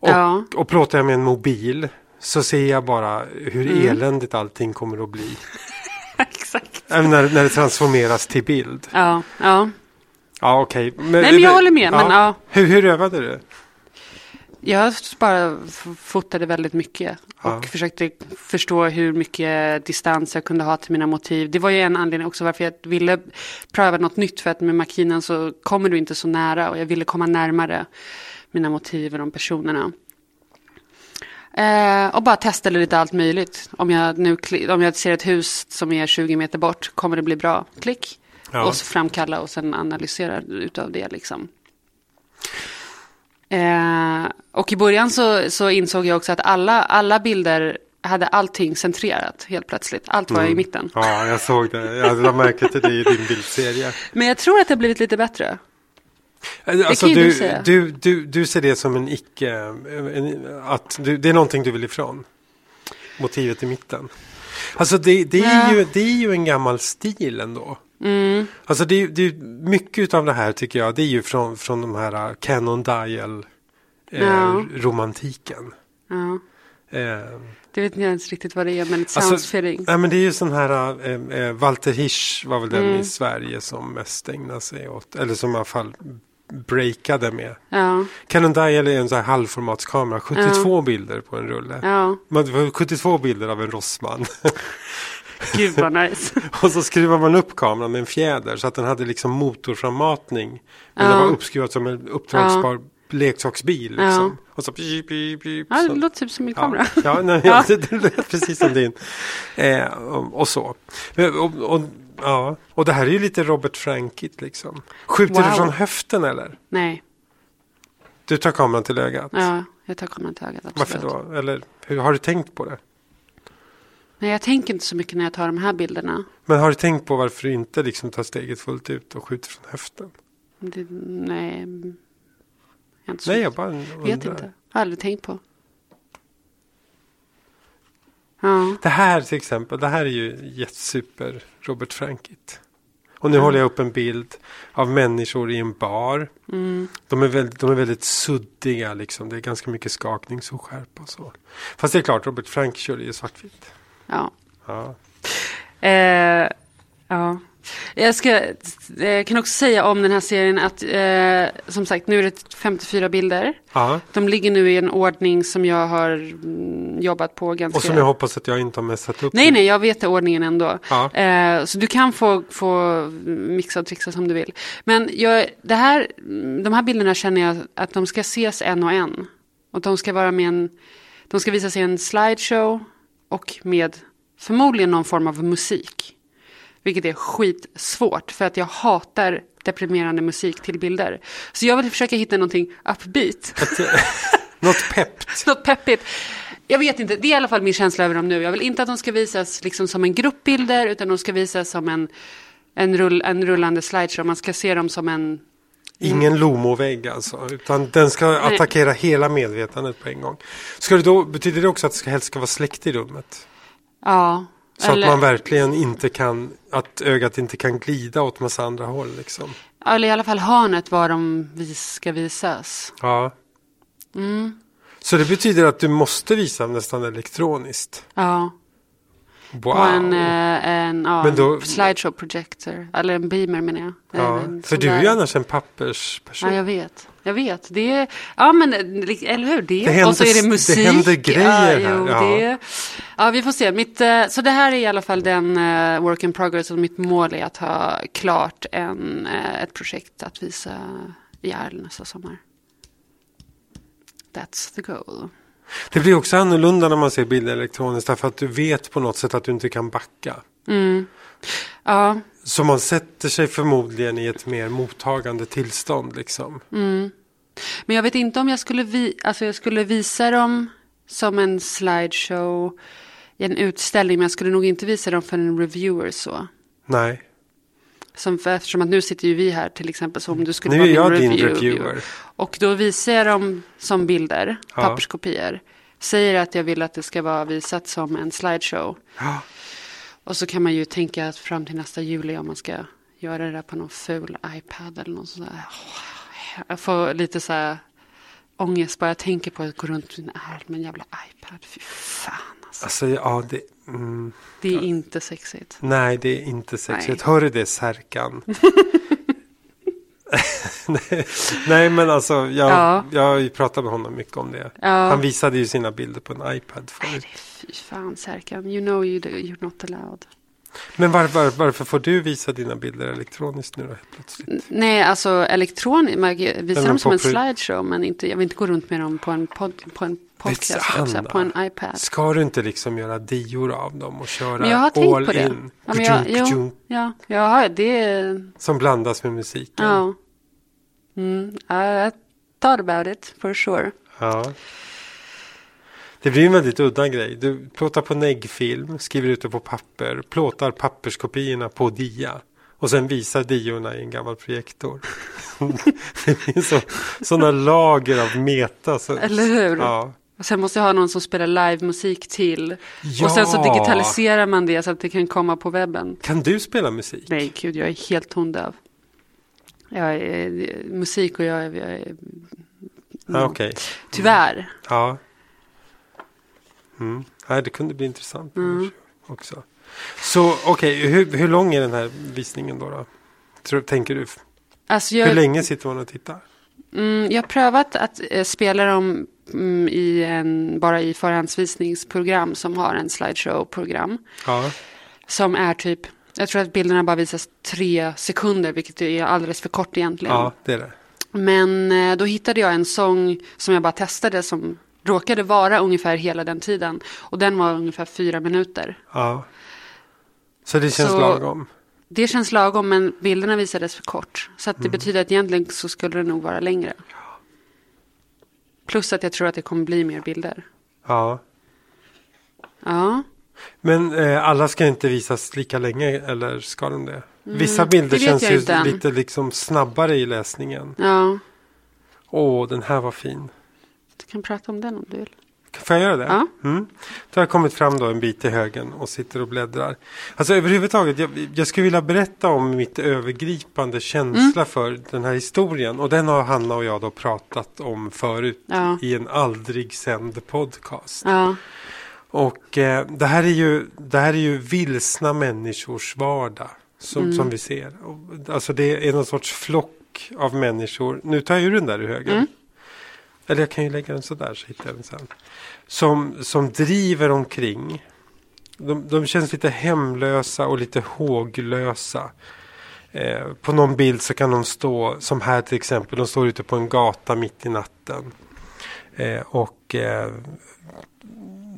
A: Och,
B: Ja.
A: och pratar jag med en mobil så ser jag bara hur
B: Mm.
A: eländigt allting kommer att bli.
B: Exakt.
A: Även när, när det transformeras till bild.
B: Ja, ja.
A: Ja, okej.
B: Nej, men jag håller med, men ja.
A: Hur, hur övade du?
B: Jag bara f- fotade väldigt mycket och
A: Ja.
B: försökte förstå hur mycket distans jag kunde ha till mina motiv. Det var ju en anledning också varför jag ville pröva något nytt för att med makinen så kommer du inte så nära och jag ville komma närmare mina motiv och de personerna. Eh, och bara testade lite allt möjligt. Om jag, nu, kli- om jag ser ett hus som är 20 meter bort, kommer det bli bra? Klick.
A: Ja.
B: Och så framkalla och sen analysera utav det liksom. Eh, och i början så, så insåg jag också att alla, alla bilder hade allting centrerat helt plötsligt. Allt var i mitten.
A: Mm. Ja, jag såg det. Jag lade märke till det i din bildserie.
B: Men jag tror att det har blivit lite bättre.
A: Alltså,
B: kan ju du
A: du,
B: säga.
A: du, du, du ser det som en icke... En, att du, det är någonting du vill ifrån. Motivet i mitten. Alltså det, det, är,
B: Ja. Mm.
A: ju, det är ju en gammal stil ändå. Alltså det, är- det, är- mycket av det här tycker jag, det är ju från, från de här Canon Dial eh,
B: Ja.
A: romantiken.
B: Ja.
A: Eh,
B: Det vet inte jag ens riktigt vad det är, men
A: Alltså-
B: it sounds fitting.
A: nej, men det är ju sån här, eh, eh, Walter Hirsch var väl den
B: Mm.
A: i Sverige som mest ägnade sig åt, eller som i alla fall breakade med.
B: Ja,
A: Canon Dial är en sån här halvformatskamera, 72 bilder på en rulle.
B: ja.
A: Man får 72 bilder av en rossman.
B: Gud vad nice.
A: och så skruvar man upp kameran med en fjäder så att den hade liksom motorframmatning. Men den
B: Ja.
A: var uppskruvad som en uppdragsbar leksaksbil. Liksom. Och så pip, pip, pip.
B: Ja,
A: så-
B: det låter typ som min kamera.
A: Ja, ja, nej,
B: Ja.
A: ja. Det, det lät precis som din. Eh, och, och så. Men, och, och, ja. och det här är ju lite Robert Frankigt liksom. Skjuter du
B: Wow.
A: från höften eller?
B: Nej,
A: Du tar kameran till ögat?
B: ja, jag tar kameran till ögat. absolut.
A: Varför då? Eller hur, har du tänkt på det?
B: Nej, jag tänker inte så mycket när jag tar de här bilderna.
A: Men har du tänkt på varför du inte liksom tar steget fullt ut och skjuter från höften?
B: Det, nej, jag är inte så
A: Nej, jag bara undrar.
B: vet inte. Har aldrig tänkt på. Ja,
A: Det här till exempel, det här är ju jättesuper Robert Frankigt. Och nu
B: Mm.
A: håller jag upp en bild av människor i en bar.
B: Mm.
A: De, är väldigt, de är väldigt suddiga liksom. Det är ganska mycket skakning, så skärpa och så. Fast det är klart, Robert Frank körde ju svartvitt.
B: ja.
A: Ja.
B: Eh, ja. Jag ska, eh, kan också säga om den här serien att eh, som sagt nu är det 54 bilder.
A: ja.
B: De ligger nu i en ordning som jag har mm, jobbat på ganska...
A: Och som jag hoppas att jag inte har messat upp.
B: Nej, nej, jag vet ordningen ändå.
A: Ja.
B: Eh, så du kan få, få mixa och trixa som du vill. Men jag, det här, de här bilderna känner jag att de ska ses en och en. Och de ska vara med en, de ska visas i en slideshow och med förmodligen någon form av musik. Vilket är skitsvårt för att jag hatar deprimerande musik till bilder. Så jag vill försöka hitta någonting upbeat.
A: Något peppt.
B: Något peppigt. Jag vet inte, det är i alla fall min känsla över dem nu. Jag vill inte att de ska visas liksom som en gruppbilder, utan de ska visas som en, en, rull, en rullande slideshow. Man ska se dem som en... Mm.
A: Ingen Lomo-vägg alltså, utan den ska attackera hela medvetandet på en gång. Ska det då, betyder det också att det ska- helst ska vara släkt i rummet?
B: Ja.
A: Så
B: eller,
A: att man verkligen inte kan, att ögat inte kan glida åt massa andra håll liksom.
B: eller i alla fall hörnet var de vis, ska visas.
A: Ja.
B: Mm.
A: Så det betyder att du måste visa nästan elektroniskt?
B: Ja.
A: Wow.
B: På en, eh, en, ja,
A: Men då-
B: en slideshow projector. Eller en beamer menar jag.
A: ja.
B: En
A: För
B: sån
A: du är
B: där.
A: ju annars en pappersperson.
B: Ja, jag vet. Jag vet. Det är, ja, men eh, li- eller hur? Det,
A: Det händer-
B: och så är
A: det
B: det musik.
A: händer grejer här,
B: ja, jo,
A: ja.
B: Det, ja, vi får se. Mitt, eh, så det här är i alla fall den eh, work in progress och mitt mål är att ha klart en, eh, ett projekt att visa i Arl nästa sommar. That's the goal.
A: Det blir också annorlunda när man ser bilder elektroniskt därför att du vet på något sätt att du inte kan backa.
B: Ja,
A: Så man sätter sig förmodligen i ett mer mottagande tillstånd liksom.
B: Mm. men jag vet inte om jag skulle, vi, alltså jag skulle visa dem som en slideshow i en utställning, men jag skulle nog inte visa dem för en reviewer så.
A: Nej.
B: Som för, eftersom att nu sitter ju vi här till exempel, så om du skulle
A: Nu
B: vara
A: är jag
B: min
A: din
B: review,
A: reviewer.
B: Och då visar jag dem som bilder,
A: Ja.
B: papperskopior. säger att jag vill att det ska vara visat som en slideshow.
A: Ja.
B: Och så kan man ju tänka att fram till nästa juli om man ska göra det där på någon ful iPad eller något sådär. Jag får lite så här ångest bara jag tänker på att gå runt med en ärl med en jävla iPad. Fy fan alltså.
A: Alltså, ja, det... Mm.
B: Det är inte sexigt.
A: Nej, det är inte sexigt.
B: Nej.
A: Hör du det, Särkan? Nej, Nej, men alltså, jag,
B: Ja.
A: jag har ju pratat med honom mycket om det.
B: Ja.
A: Han visade ju sina bilder på en iPad
B: Nej,
A: förut.
B: det är fy fan Serkan. You know you do, you're not allowed.
A: Men var, var, varför får du visa dina bilder elektroniskt nu då, helt plötsligt?
B: N- Nej, alltså elektroniskt. Man visar
A: men
B: dem som
A: på
B: en
A: pro-
B: slideshow. Men inte, jag vill inte gå runt med dem på en, pod, på en podcast. eller så här,
A: Anna,
B: På en iPad.
A: Ska du inte liksom göra dior av dem och köra
B: Men jag har tänkt
A: all
B: på det.
A: in?
B: Ja, men jag,
A: Kudunk,
B: jo,
A: kudunk,
B: ja, jag har det. är-
A: som blandas med musiken.
B: Ja. Mm, I thought about it for sure.
A: Ja. Det blir en väldigt udda grej. Du plåtar på neggfilm, skriver ut det på papper, plåtar papperskopiorna på dia. Och sen visar diorna i en gammal projektor. det finns sådana lager av meta. Så,
B: Eller hur?
A: Ja.
B: Och sen måste jag ha någon som spelar live musik till.
A: Ja.
B: Och sen så digitaliserar man det så att det kan komma på webben.
A: Kan du spela musik?
B: Nej, gud, jag är helt tondöv. Jag är, musik och jag är, jag är
A: Ja, Okej.
B: tyvärr.
A: Ja. Mm. Nej, det kunde bli intressant
B: Mm.
A: också. Så okej, hur, hur lång är den här visningen då? då? Tror, tänker du?
B: Alltså
A: Hur
B: jag,
A: länge sitter man och tittar?
B: mm, jag har prövat att eh, spela dem mm, i en, bara i förhandsvisningsprogram som har en slideshow-program.
A: Ja.
B: Som är typ, jag tror att bilderna bara visas tre sekunder, vilket är alldeles för kort egentligen.
A: Ja, det är det.
B: Men eh, då hittade jag en sång som jag bara testade som råkade vara ungefär hela den tiden. Och den var ungefär fyra minuter.
A: Ja. Så det känns
B: Så-
A: lagom.
B: Det känns lagom men bilderna visades för kort. Så att
A: Mm.
B: det betyder att egentligen så skulle det nog vara längre. Plus att jag tror att det kommer bli mer bilder.
A: Ja.
B: Ja,
A: Men eh, alla ska inte visas lika länge, eller ska de det? Vissa bilder
B: Mm, det vet
A: känns
B: jag
A: ju
B: inte än.
A: lite liksom snabbare i läsningen.
B: ja.
A: Åh, den här var fin.
B: Du kan prata om den om du vill.
A: Får jag göra det?
B: Ja.
A: Mm. Då har jag kommit fram då en bit till högen och sitter och bläddrar. Alltså överhuvudtaget, jag, jag skulle vilja berätta om mitt övergripande
B: Mm.
A: känsla för den här historien. Och den har Hanna och jag då pratat om förut
B: Ja.
A: i en aldrig sänd podcast.
B: Ja,
A: Och eh, det, här är ju, det här är ju vilsna människors vardag som,
B: Mm.
A: som vi ser. Och, Alltså det är någon sorts flock av människor. Nu tar jag ur den där ur
B: Mm.
A: högen. Eller jag kan ju lägga den sådär så hittar jag den sen. Som, som driver omkring. De, de känns lite hemlösa och lite håglösa. Eh, på någon bild så kan de stå, som här till exempel, de står ute på en gata mitt i natten. Eh, och eh,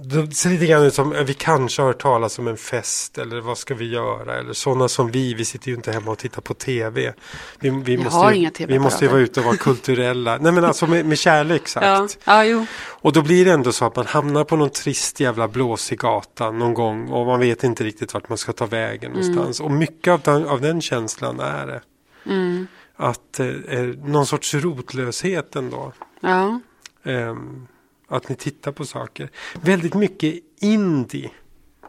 A: det ser lite grann ut som eh, vi kanske har hört talas om en fest eller vad ska vi göra eller sådana som vi, vi sitter ju inte hemma och tittar på tv. Vi, vi
B: Jag
A: måste
B: har
A: ju,
B: inga TV-apparater.
A: Vi måste ju vara ute och vara kulturella. Nej men alltså med, med kärlek sagt.
B: ja, ja jo.
A: Och då blir det ändå så att man hamnar på någon trist jävla blåsig gata någon gång och man vet inte riktigt vart man ska ta vägen
B: Mm.
A: någonstans. Och mycket av den, av den känslan är det.
B: Mm.
A: Att eh, eh, någon sorts rotlöshet ändå.
B: Ja,
A: Ehm, att ni tittar på saker. Väldigt mycket indie.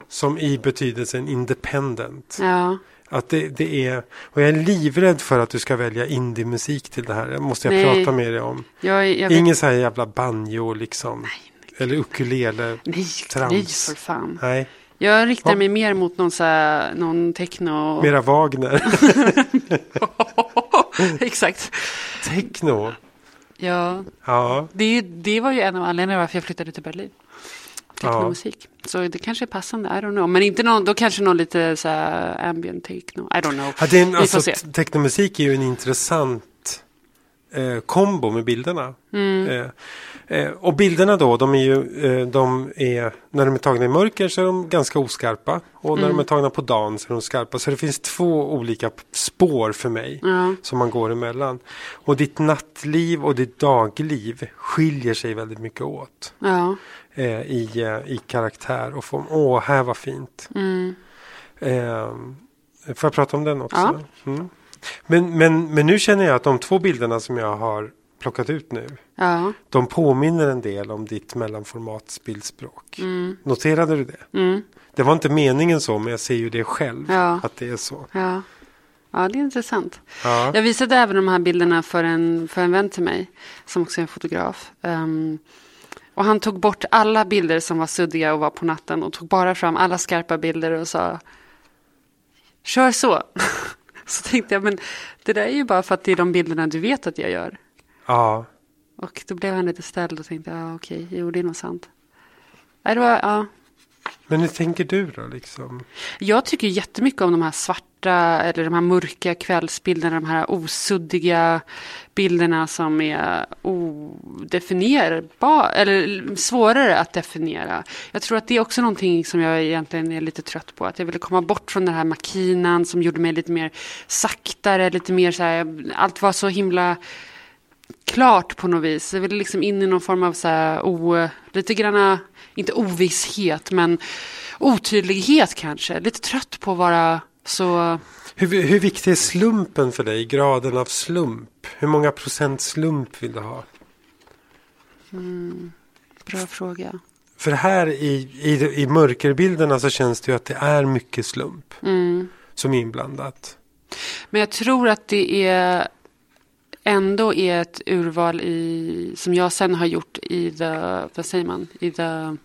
A: Som i betydelsen independent.
B: ja.
A: Att det, det är, och jag är livrädd för att du ska välja indie-musik till det här. Det måste jag
B: Nej.
A: prata med dig om.
B: Jag, jag vet-
A: Ingen så här jävla banjo liksom. Eller ukulele.
B: Nej,
A: trams.
B: nej för fan.
A: Nej,
B: Jag riktar
A: Ja.
B: mig mer mot någon, så här, någon techno.
A: mera Wagner.
B: Exakt.
A: Techno.
B: Ja,
A: Ja,
B: det, det var ju en av anledningarna varför jag flyttade till Berlin. Technomusik. Så det kanske är passande, I don't know. Men inte någon, då kanske någon lite så här ambient techno. I don't know.
A: ja det är en,
B: Vi
A: alltså,
B: får se.
A: te- technomusik är ju en intressant eh, kombo med bilderna.
B: Mm.
A: Eh, eh, och bilderna då, de är ju, eh, de är, när de är tagna i mörker så är de ganska oskarpa. Och när
B: Mm.
A: de är tagna på dagen så är de skarpa. Så det finns två olika p- spår för mig
B: Ja.
A: som man går emellan. Och ditt nattliv och ditt dagliv skiljer sig väldigt mycket åt.
B: Ja,
A: eh, i, eh, i karaktär och form. Åh, här var fint. Eh, får jag prata om den också? Mm. Men, men, men nu känner jag att de två bilderna som jag har plockat ut nu.
B: Ja.
A: De påminner en del om ditt mellanformatsbildspråk. Noterade du det? Det var inte meningen så, men jag ser ju det själv.
B: Ja.
A: Att det är så.
B: Ja. ja, det är intressant.
A: Ja.
B: Jag visade även de här bilderna för en, för en vän till mig, som också är en fotograf. Ehm, och han tog bort alla bilder som var suddiga och var på natten och tog bara fram alla skarpa bilder och sa Kör så. så tänkte jag, men det där är ju bara för att det är de bilderna du vet att jag gör.
A: ja.
B: Och då blev han lite ställd och tänkte, ja okej, jo det är nog sant. Nej, det var, ja.
A: Men hur tänker du då? Liksom?
B: Jag tycker jättemycket om de här svarta eller de här mörka kvällsbilderna, de här osuddiga bilderna som är odefinierbara, eller svårare att definiera. Jag tror att det är också någonting som jag egentligen är lite trött på, att jag ville komma bort från den här makinan som gjorde mig lite mer saktare, lite mer så här, allt var så himla klart på något vis. Det är väl liksom in i någon form av så här, o, lite granna, inte ovisshet, men otydlighet kanske. Lite trött på att vara så...
A: Hur, hur viktig är slumpen för dig? Graden av slump? Hur många procent slump vill du ha?
B: Bra fråga.
A: För här i, i, i mörkerbilderna så känns det ju att det är mycket slump
B: Mm.
A: som är inblandat.
B: Men jag tror att det är ändå är ett urval i, som jag sen har gjort i the, vad säger man, i the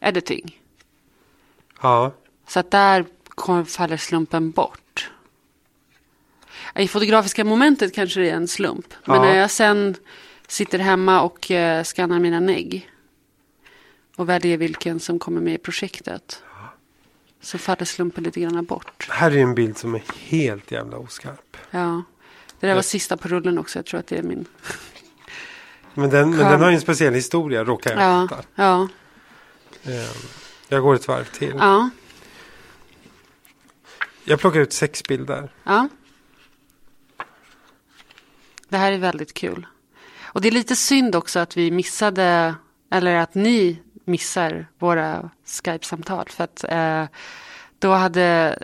B: editing.
A: Ja,
B: Så att där kom, faller slumpen bort. I fotografiska momentet kanske det är en slump. Men
A: Ja.
B: när jag sen sitter hemma och eh, skannar mina negg och väljer vilken som kommer med i projektet. Så faller slumpen lite grann bort.
A: här är en bild som är helt jävla oskarp.
B: Ja. Det där var sista på rullen också. Jag tror att det är min.
A: Men den, men
B: Skön.
A: den har ju en speciell historia, råkar jag
B: Ja.
A: veta.
B: Ja.
A: Jag går ett varv till.
B: Ja.
A: Jag plockar ut sex bilder.
B: Ja. Det här är väldigt kul. Och det är lite synd också att vi missade, eller att ni missar våra Skype-samtal. För att eh, då hade,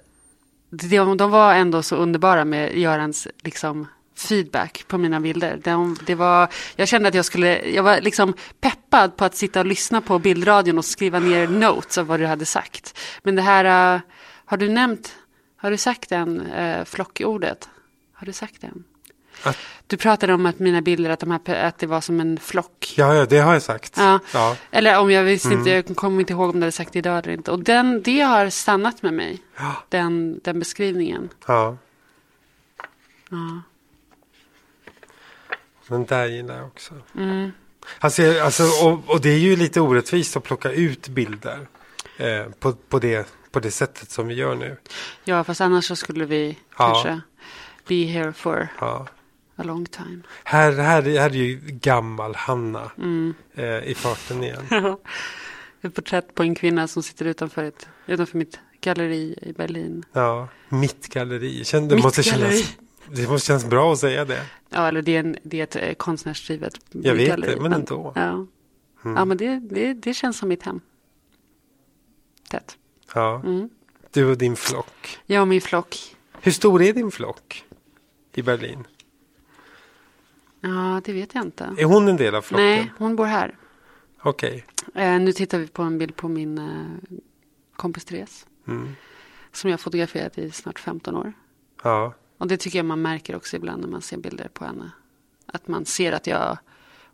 B: de, de var ändå så underbara med Görans liksom, feedback på mina bilder. De, det var, jag kände att jag skulle, jag var liksom peppad på att sitta och lyssna på bildradion och skriva ner notes av vad du hade sagt. Men det här, eh, har du nämnt, har du sagt den eh, flockordet? Har du sagt den?
A: Att-
B: Du pratade om att mina bilder, att, de här, pe- att det var som en flock.
A: Ja, ja det har jag sagt.
B: Ja.
A: Ja. Mm.
B: Eller om jag visste inte, jag kommer inte ihåg om du hade sagt det idag eller inte. Och den, det har stannat med mig,
A: Ja.
B: den, den beskrivningen.
A: ja. Den där gillar jag också.
B: Mm.
A: Alltså, jag- alltså, och, och det är ju lite orättvist att plocka ut bilder eh, på, på, det, på det sättet som vi gör nu.
B: Ja, fast annars så skulle vi
A: Ja.
B: kanske be here for
A: Ja.
B: a long time.
A: Här, här, här är ju gammal Hanna
B: Mm.
A: eh, i farten igen.
B: Ett porträtt på en kvinna som sitter utanför, ett, utanför mitt galleri i Berlin.
A: Ja, mitt galleri. Känn, det,
B: Mitt
A: måste
B: galleri.
A: Kännas, det måste kännas bra att säga det.
B: Ja, eller det är, en, det är ett eh, konstnärsdrivet
A: Jag vet
B: galleri,
A: det, men ändå. Mm.
B: Ja, ja men det, det, det känns som mitt hem. Tätt.
A: Ja.
B: Mm.
A: Du och din flock.
B: Jag och min flock.
A: Hur stor är din flock i Berlin?
B: Ja, det vet jag inte.
A: Är hon en del av flocken?
B: Nej, hon bor här.
A: Okej.
B: Eh, nu tittar vi på en bild på min eh, kompis Therese.
A: Mm.
B: Som jag har fotograferat i snart 15 år.
A: Ja.
B: Och det tycker jag man märker också ibland när man ser bilder på henne. Att man ser att jag,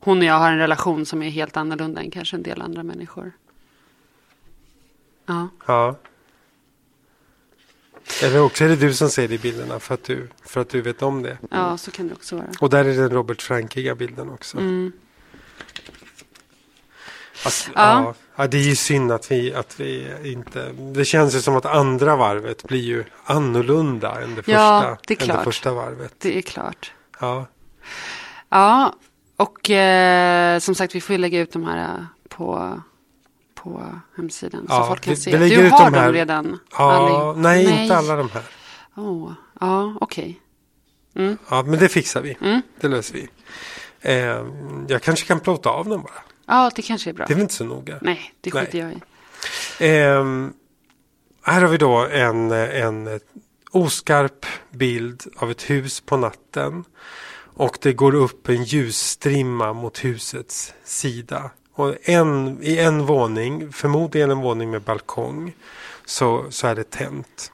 B: hon och jag har en relation som är helt annorlunda än kanske en del andra människor. Ja,
A: ja. Eller också är det du som ser det i bilderna för att du, för att du vet om det.
B: ja så kan det också vara.
A: Och där är den Robert Frankiga bilden också. Alltså,
B: Mm. Ja.
A: ja. Ja, det är ju synd att vi, att vi inte... Det känns ju som att andra varvet blir ju annorlunda än det första,
B: Ja, det är
A: Än det
B: klart.
A: första varvet.
B: Det är klart.
A: Ja.
B: Ja, och eh, som sagt vi får ju lägga ut de här eh, på, på hemsidan.
A: Ja,
B: så folk kan
A: vi-
B: se.
A: vi lägger
B: du
A: ut
B: har
A: de här.
B: dem redan?
A: Ja,
B: allihop?
A: nej, inte alla de här.
B: Åh, ja, okej.
A: Ja, men det fixar vi.
B: Mm.
A: Det löser vi. Eh, jag kanske kan plåta av dem bara.
B: Ja, det kanske är bra.
A: Det är väl inte så noga.
B: Nej, det
A: Nej.
B: skiter jag i.
A: Ehm, här har vi då en, en oskarp bild av ett hus på natten. Och det går upp en ljusstrimma mot husets sida. Och en, i en våning, förmodligen en våning med balkong, så, så är det tänt.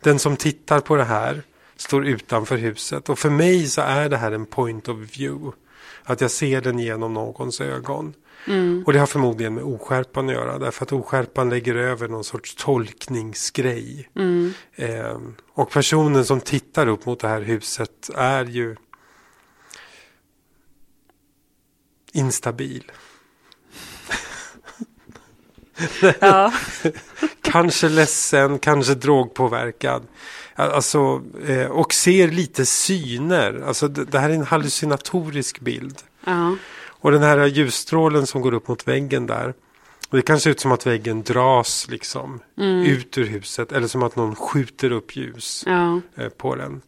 A: Den som tittar på det här står utanför huset. Och för mig så är det här en point of view. Att jag ser den genom någons ögon. Och det har förmodligen med oskärpan att göra. Därför att oskärpan lägger över någon sorts tolkningsgrej. Eh, och personen som tittar upp mot det här huset är ju instabil.
B: Ja.
A: kanske ledsen, kanske drogpåverkad. Alltså, eh, och ser lite syner. Alltså, det, det här är en hallucinatorisk bild.
B: ja.
A: Och den här ljusstrålen som går upp mot väggen där. och Det kan se ut som att väggen dras liksom ut ur huset eller som att någon skjuter upp ljus
B: Ja.
A: eh, på den.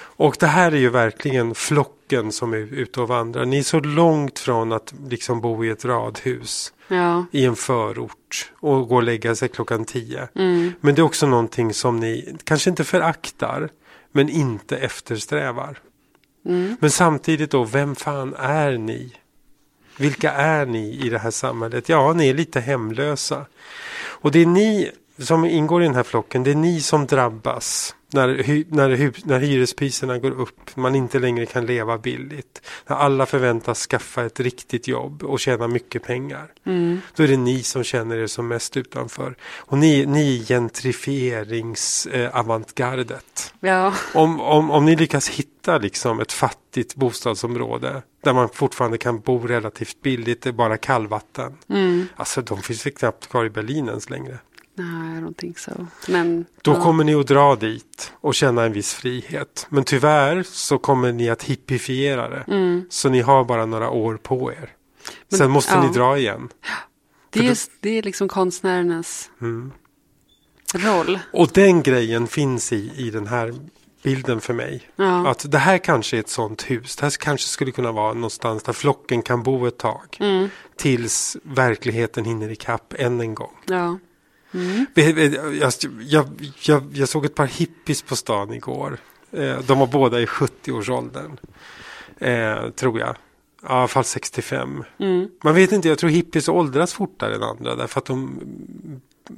A: Och det här är ju verkligen flocken som är ute och vandrar. Ni är så långt från att liksom bo i ett radhus
B: Ja.
A: i en förort och gå och lägga sig klockan tio. Men det är också någonting som ni kanske inte föraktar men inte eftersträvar. Men samtidigt då, vem fan är ni? Vilka är ni i det här samhället? Ja, ni är lite hemlösa. Och det är ni som ingår i den här flocken, det är ni som drabbas när, hy- när, hu- när hyrespriserna går upp, man inte längre kan leva billigt. När alla förväntas skaffa ett riktigt jobb och tjäna mycket pengar. Då är det ni som känner er som mest utanför. Och ni, ni är gentrifieringsavantgardet.
B: Ja.
A: Om, om, om ni lyckas hitta liksom ett fattigt bostadsområde där man fortfarande kan bo relativt billigt, det är bara kallvatten.
B: Mm.
A: Alltså de finns väl knappt kvar i Berlin ens längre.
B: Nej, I don't think so. Men,
A: Då
B: ja.
A: kommer ni att dra dit och känna en viss frihet. Men tyvärr så kommer ni att hippifiera det. Så ni har bara några år på er.
B: Mm. Men-
A: Sen måste
B: ja.
A: ni dra igen.
B: det, är, det är liksom konstnärernas
A: Mm.
B: roll.
A: Och den grejen finns i, i den här bilden för mig.
B: Ja.
A: Att det här kanske är ett sånt hus. Det här kanske skulle kunna vara någonstans där flocken kan bo ett tag. Tills verkligheten hinner ikapp än en gång.
B: Ja.
A: Jag, jag, jag, jag såg ett par hippies på stan igår. Eh, De var båda i 70-årsåldern. Eh, tror jag. Ja, I alla fall 65.
B: Mm.
A: Man vet inte, jag tror hippies åldras fortare än andra. Därför att de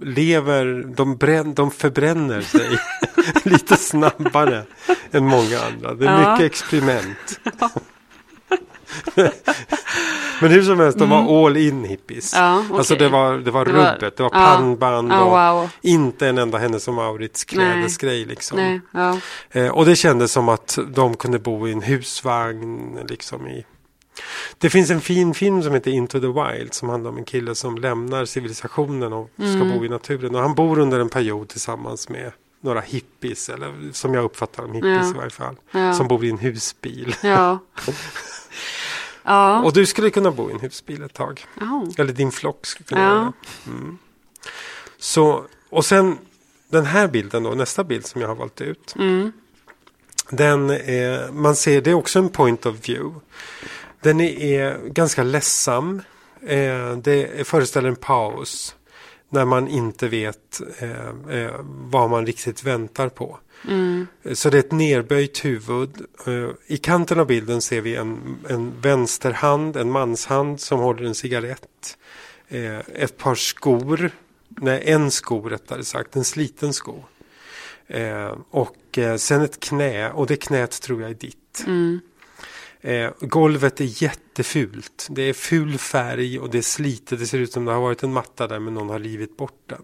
A: lever, de, brän, de förbränner sig lite snabbare än många andra. Det är
B: Ja.
A: mycket experiment. Men hur som helst, de var all in hippies.
B: Mm. Ja,
A: Alltså
B: okej.
A: det var, det var
B: Det var-
A: rubbet, det var
B: ja.
A: pannband
B: Ja,
A: och
B: wow.
A: inte en enda Hennes och Mauritz
B: Nej.
A: klädesgrej. Liksom.
B: Nej, ja.
A: Eh, och det kändes som att de kunde bo i en husvagn. Liksom i... Det finns en fin film som heter Into the Wild som handlar om en kille som lämnar civilisationen och
B: Mm.
A: ska bo i naturen. Och han bor under en period tillsammans med några hippies, eller som jag uppfattar dem, hippies
B: Ja.
A: i varje fall,
B: Ja.
A: som bor i en husbil.
B: Ja. ja.
A: Och du skulle kunna bo i en husbil ett tag.
B: Ja.
A: Eller din flock skulle kunna
B: Ja.
A: göra det. Mm. Så, och sen den här bilden då, nästa bild som jag har valt ut. Den är, man ser, det är också en point of view. Den är ganska ledsam. Eh, det föreställer en paus. När man inte vet eh, eh, vad man riktigt väntar på. Så det är ett nerböjt huvud. Eh, I kanten av bilden ser vi en, en vänsterhand, en manshand som håller en cigarett. Eh, ett par skor, nej en sko rättare sagt, en sliten sko. Eh, och eh, sen ett knä och det knät tror jag är ditt. Eh, golvet är jättefult. Det är ful färg och det är slitet. Det ser ut som det har varit en matta där men någon har rivit bort den.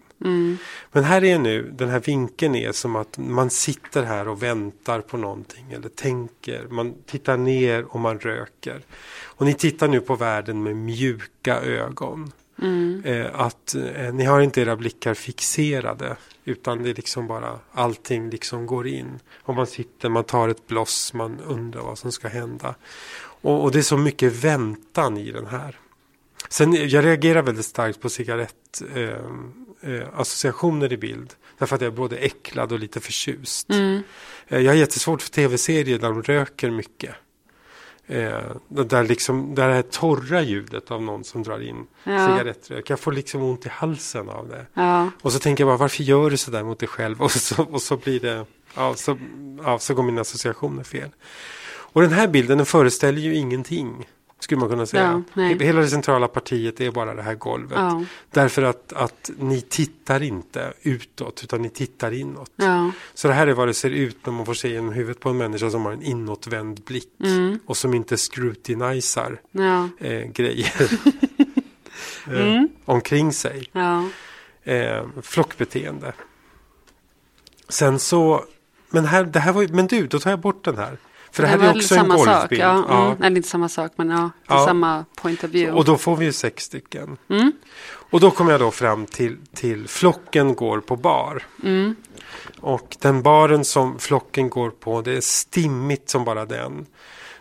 A: Men här är nu, den här vinkeln är som att man sitter här och väntar på någonting eller tänker. Man tittar ner och man röker. Och ni tittar nu på världen med mjuka ögon. Eh, att eh, ni har inte era blickar fixerade utan det är liksom bara allting liksom går in. Och man sitter, man tar ett bloss, man undrar vad som ska hända. Och, och det är så mycket väntan i den här. Sen, jag reagerar väldigt starkt på cigarettassociationer eh, associationer i bild. Därför att jag är både äcklad och lite förtjust.
B: Mm.
A: Eh, jag har jättesvårt för tv-serier där de röker mycket. Eh, där, liksom, där det här torra ljudet av någon som drar in
B: Ja.
A: cigarettrök. Jag får liksom ont i halsen av det.
B: Ja.
A: Och så tänker jag bara varför gör du sådär mot dig själv? Och så, och så blir det, ja så, ja så går mina associationer fel. Och den här bilden den föreställer ju ingenting. Skulle man kunna säga.
B: Ja, nej.
A: Hela det centrala partiet är bara det här golvet.
B: Ja.
A: Därför att, att ni tittar inte utåt utan ni tittar inåt.
B: Ja.
A: Så det här är vad det ser ut när man får se genom huvudet på en människa som har en inåtvänd blick.
B: Mm.
A: Och som inte scrutinizar
B: Ja.
A: eh, grejer eh,
B: Mm.
A: omkring sig.
B: Ja.
A: Eh, flockbeteende. Sen så, men, här, det här var, ju- men du, då tar jag bort den här. För det här är
B: väl
A: också en
B: samma sak.
A: golfbild.
B: Ja, mm.
A: Ja.
B: Nej, det är inte samma sak, men ja, det är
A: Ja.
B: samma point of view.
A: Och då får vi ju sex stycken.
B: Mm.
A: Och då kommer jag då fram till, till flocken går på bar.
B: Mm.
A: Och den baren som flocken går på, det är stimmigt som bara den.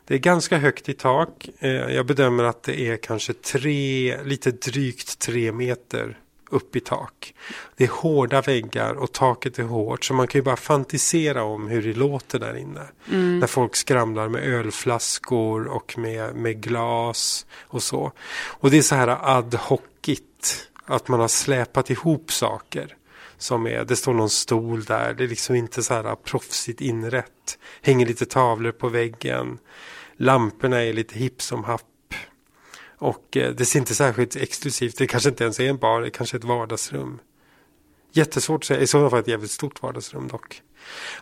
A: Det är ganska högt i tak. Eh, jag bedömer att det är kanske tre, lite drygt tre meter upp i tak. Det är hårda väggar och taket är hårt så man kan ju bara fantisera om hur det låter där inne. När folk skramlar med ölflaskor och med, med glas och så. Och det är så här ad hocigt att man har släpat ihop saker. Som är, det står någon stol där, det är liksom inte så här proffsigt inrätt. Hänger lite tavlor på väggen. Lamporna är lite hipp som happ. Och eh, det ser inte särskilt exklusivt, det kanske inte ens är en bar, det kanske är ett vardagsrum. Jättesvårt att säga, i så fall ett jävligt stort vardagsrum dock.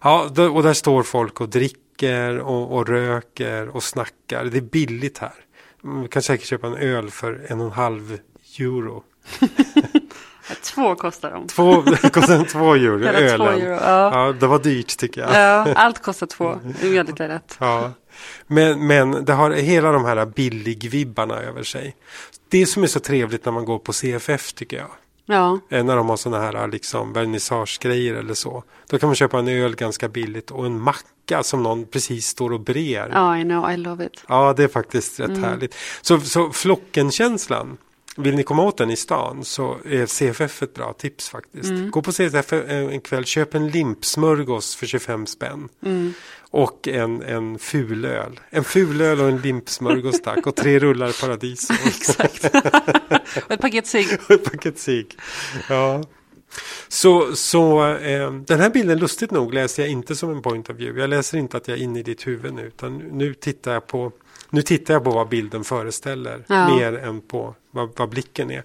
A: Ja, då- och där står folk och dricker och, och röker och snackar. Det är billigt här. Man kan säkert köpa en öl för en och en halv euro.
B: Två kostar de.
A: Två, kostar två euro,
B: Hela två
A: ölen.
B: euro, ja.
A: Ja, det var dyrt tycker jag.
B: Ja, allt kostar två. Det är väldigt rätt.
A: Ja. Men, men det har hela de här billigvibbarna över sig. Det som är så trevligt när man går på CFF tycker jag.
B: Ja,
A: Eh, När de har sådana här liksom, vernissagegrejer eller så. Då kan man köpa en öl ganska billigt och en macka som någon precis står och brer. Ja,
B: ja I know, I love it.
A: det är faktiskt rätt härligt. Så, så flockenkänslan. Vill ni komma åt den i stan så är CFF ett bra tips faktiskt. Gå på CFF en kväll, köp en limpsmörgås för 25 spänn. Och en, en fulöl. En fulöl och en limpsmörgås tack. Och tre rullar paradiso.
B: Exakt. Och ett paket cigg.
A: Och ett paket cigg. Ja. Så, så eh, den här bilden, lustigt nog, läser jag inte som en point of view. Jag läser inte att jag är inne i ditt huvud nu, utan nu tittar jag på, nu tittar jag på vad bilden föreställer
B: Ja.
A: mer än på vad, vad blicken är.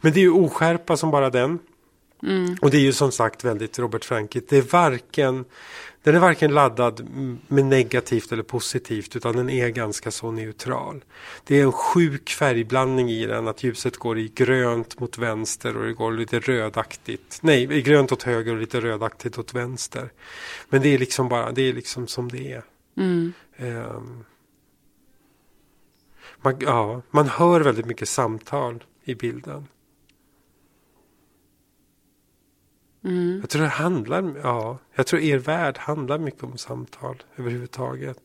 A: Men det är ju oskärpa som bara den. Och det är ju som sagt väldigt Robert Frankigt. Det är varken, den är varken laddad m- med negativt eller positivt utan den är ganska så neutral. Det är en sjuk färgblandning i den att ljuset går i grönt mot vänster och det går lite rödaktigt. Nej, i grönt åt höger och lite rödaktigt åt vänster. Men det är liksom bara, det är liksom som det är. Ehm. man, ja, man hör väldigt mycket samtal i bilden. Jag tror det handlar, ja, jag tror er värld handlar mycket om samtal överhuvudtaget.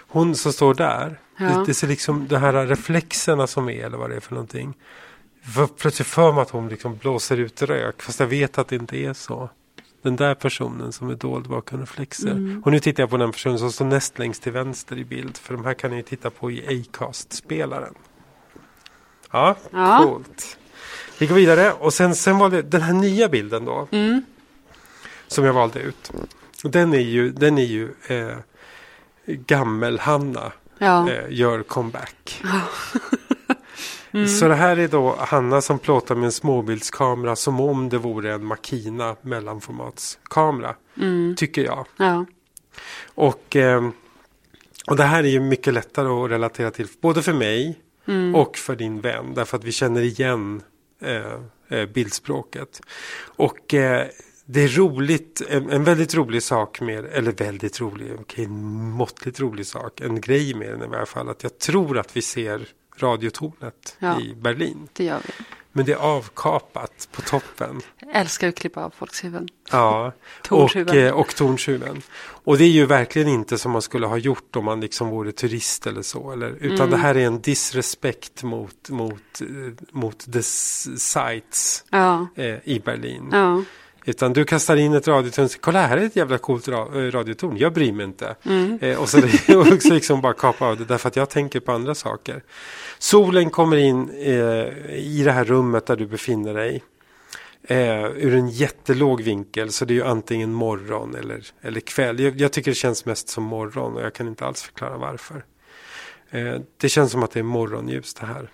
A: Hon som står där,
B: Ja.
A: det, det ser liksom de här reflexerna som är eller vad det är för någonting. För, plötsligt för mig att hon liksom blåser ut rök, fast jag vet att det inte är så. Den där personen som är dold bakom reflexer. Och nu tittar jag på den personen som står näst längst till vänster i bild. För de här kan ni ju titta på i Acast-spelaren. Ja,
B: Ja.
A: coolt. Vi går vidare och sen, sen valde den här nya bilden då. Som jag valde ut. Och Den är ju, den är ju eh, Gammel-Hanna
B: Ja,
A: eh, gör comeback. Mm. Så det här är då Hanna som plåtar med en småbildskamera som om det vore en Makina mellanformatskamera. Tycker jag.
B: ja,
A: Och, ehm, och det här är ju mycket lättare att relatera till både för mig och för din vän. Därför att vi känner igen eh, eh, bildspråket. Och eh, det är roligt, en, en väldigt rolig sak med, eller väldigt rolig, okej, en måttligt rolig sak, en grej med den i varje fall, att jag tror att vi ser radiotornet
B: Ja.
A: i Berlin.
B: det gör vi.
A: Men det är avkapat på toppen.
B: Jag älskar att klippa av folks huvuden.
A: Ja, och,
B: Torntjuven.
A: eh, och torntjuven. Och det är ju verkligen inte som man skulle ha gjort om man liksom vore turist eller så. Eller, utan det här är en disrespekt mot, mot, eh, mot the s- sites
B: Ja,
A: eh, i Berlin.
B: ja,
A: Utan du kastar in ett radiotorn, så, kolla här är ett jävla coolt ra- eh, radiotorn, jag bryr mig inte. Eh, och så, och så liksom bara kapa av det därför att jag tänker på andra saker. Solen kommer in eh, i det här rummet där du befinner dig. Eh, ur en jättelåg vinkel så det är ju antingen morgon eller, eller kväll. Jag, jag tycker det känns mest som morgon och jag kan inte alls förklara varför. Eh, det känns som att det är morgonljus det här.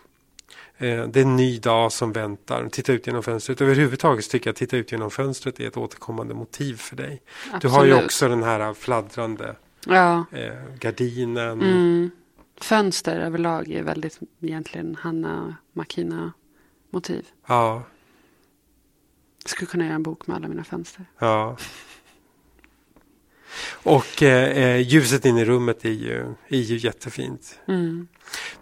A: Eh, det är en ny dag som väntar. Titta ut genom fönstret. Överhuvudtaget så tycker jag att titta ut genom fönstret är ett återkommande motiv för dig. Du har ju
B: Absolut.
A: också den här fladdrande
B: Ja.
A: eh, gardinen.
B: Mm. Fönster överlag är väldigt egentligen Hanna Makina motiv.
A: Ja,
B: Jag skulle kunna göra en bok med alla mina fönster.
A: ja. Och eh, eh, ljuset in i rummet är ju, är ju jättefint.
B: Mm.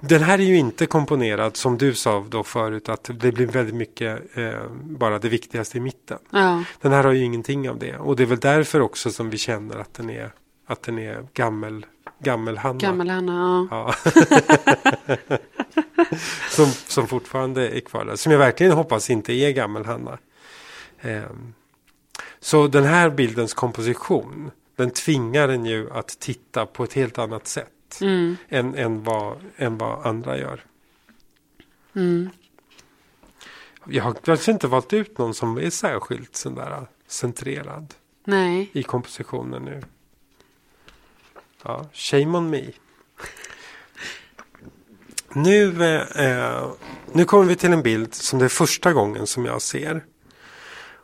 A: Den här är ju inte komponerad som du sa då förut att det blir väldigt mycket eh, bara det viktigaste i mitten.
B: Ja,
A: Den här har ju ingenting av det och det är väl därför också som vi känner att den är, att den är gammel, gammelhanna.
B: gammal Hanna. Ja.
A: Ja. som, som fortfarande är kvar där. Som jag verkligen hoppas inte är gammelhanna. Ehm. Så den här bildens komposition. Den tvingar en ju att titta på ett helt annat sätt.
B: Mm.
A: Än, än, vad, än vad andra gör.
B: Mm.
A: Jag har kanske inte valt ut någon som är särskilt sån där centrerad
B: Nej,
A: i kompositionen nu. Ja, shame on me. Nu, eh, eh, nu kommer vi till en bild som det är första gången som jag ser.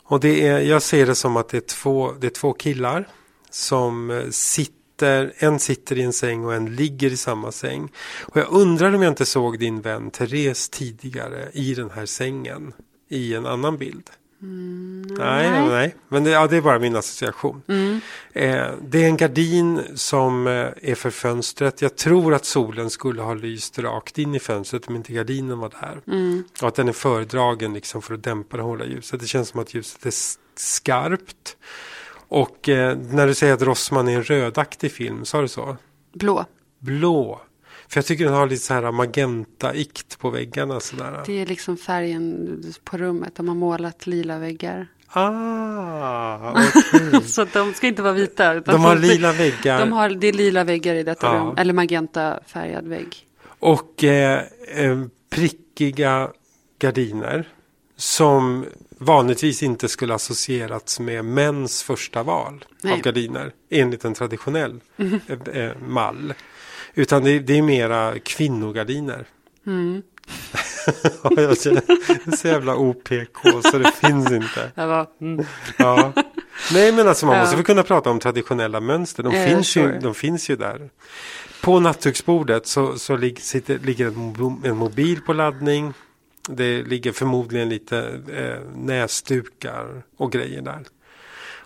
A: Och det är, jag ser det som att det är två, det är två killar som eh, sitter, en sitter i en säng och en ligger i samma säng. Och jag undrar om jag inte såg din vän Therese tidigare i den här sängen i en annan bild. nej, nej, nej. Men det, ja, det är bara min association.
B: Mm.
A: Eh, det är en gardin som eh, är för fönstret. Jag tror att solen skulle ha lyst rakt in i fönstret om inte gardinen var där.
B: Mm.
A: Och att den är föredragen liksom för att dämpa det hårda ljuset. Det känns som att ljuset är s- skarpt. Och eh, när du säger att Rossman är en rödaktig film, sa du så?
B: blå.
A: Blå. För jag tycker den har lite så här magenta-ikt på väggarna. Sådär.
B: Det är liksom färgen på rummet. De har målat lila väggar.
A: Ah, okej.
B: Så att de ska inte vara vita. Utan
A: De har
B: de-
A: lila väggar.
B: De har, det är lila väggar i detta
A: Ja.
B: rum. Eller magenta färgad vägg.
A: Och eh, eh, prickiga gardiner som vanligtvis inte skulle associerats med mäns första val av
B: Nej.
A: gardiner enligt en traditionell eh, eh, mall. Utan det, det är mera kvinnogardiner. Mm. jag känner, det är så jävla OPK så det finns inte.
B: Jag bara, mm.
A: Ja. Nej men alltså man
B: Ja.
A: måste väl kunna prata om traditionella mönster. De,
B: Ja,
A: finns, ju,
B: sure.
A: de finns ju där. På nattduksbordet så, så lig, sitter, ligger en, mo- en mobil på laddning. Det ligger förmodligen lite eh, näsdukar och grejer där.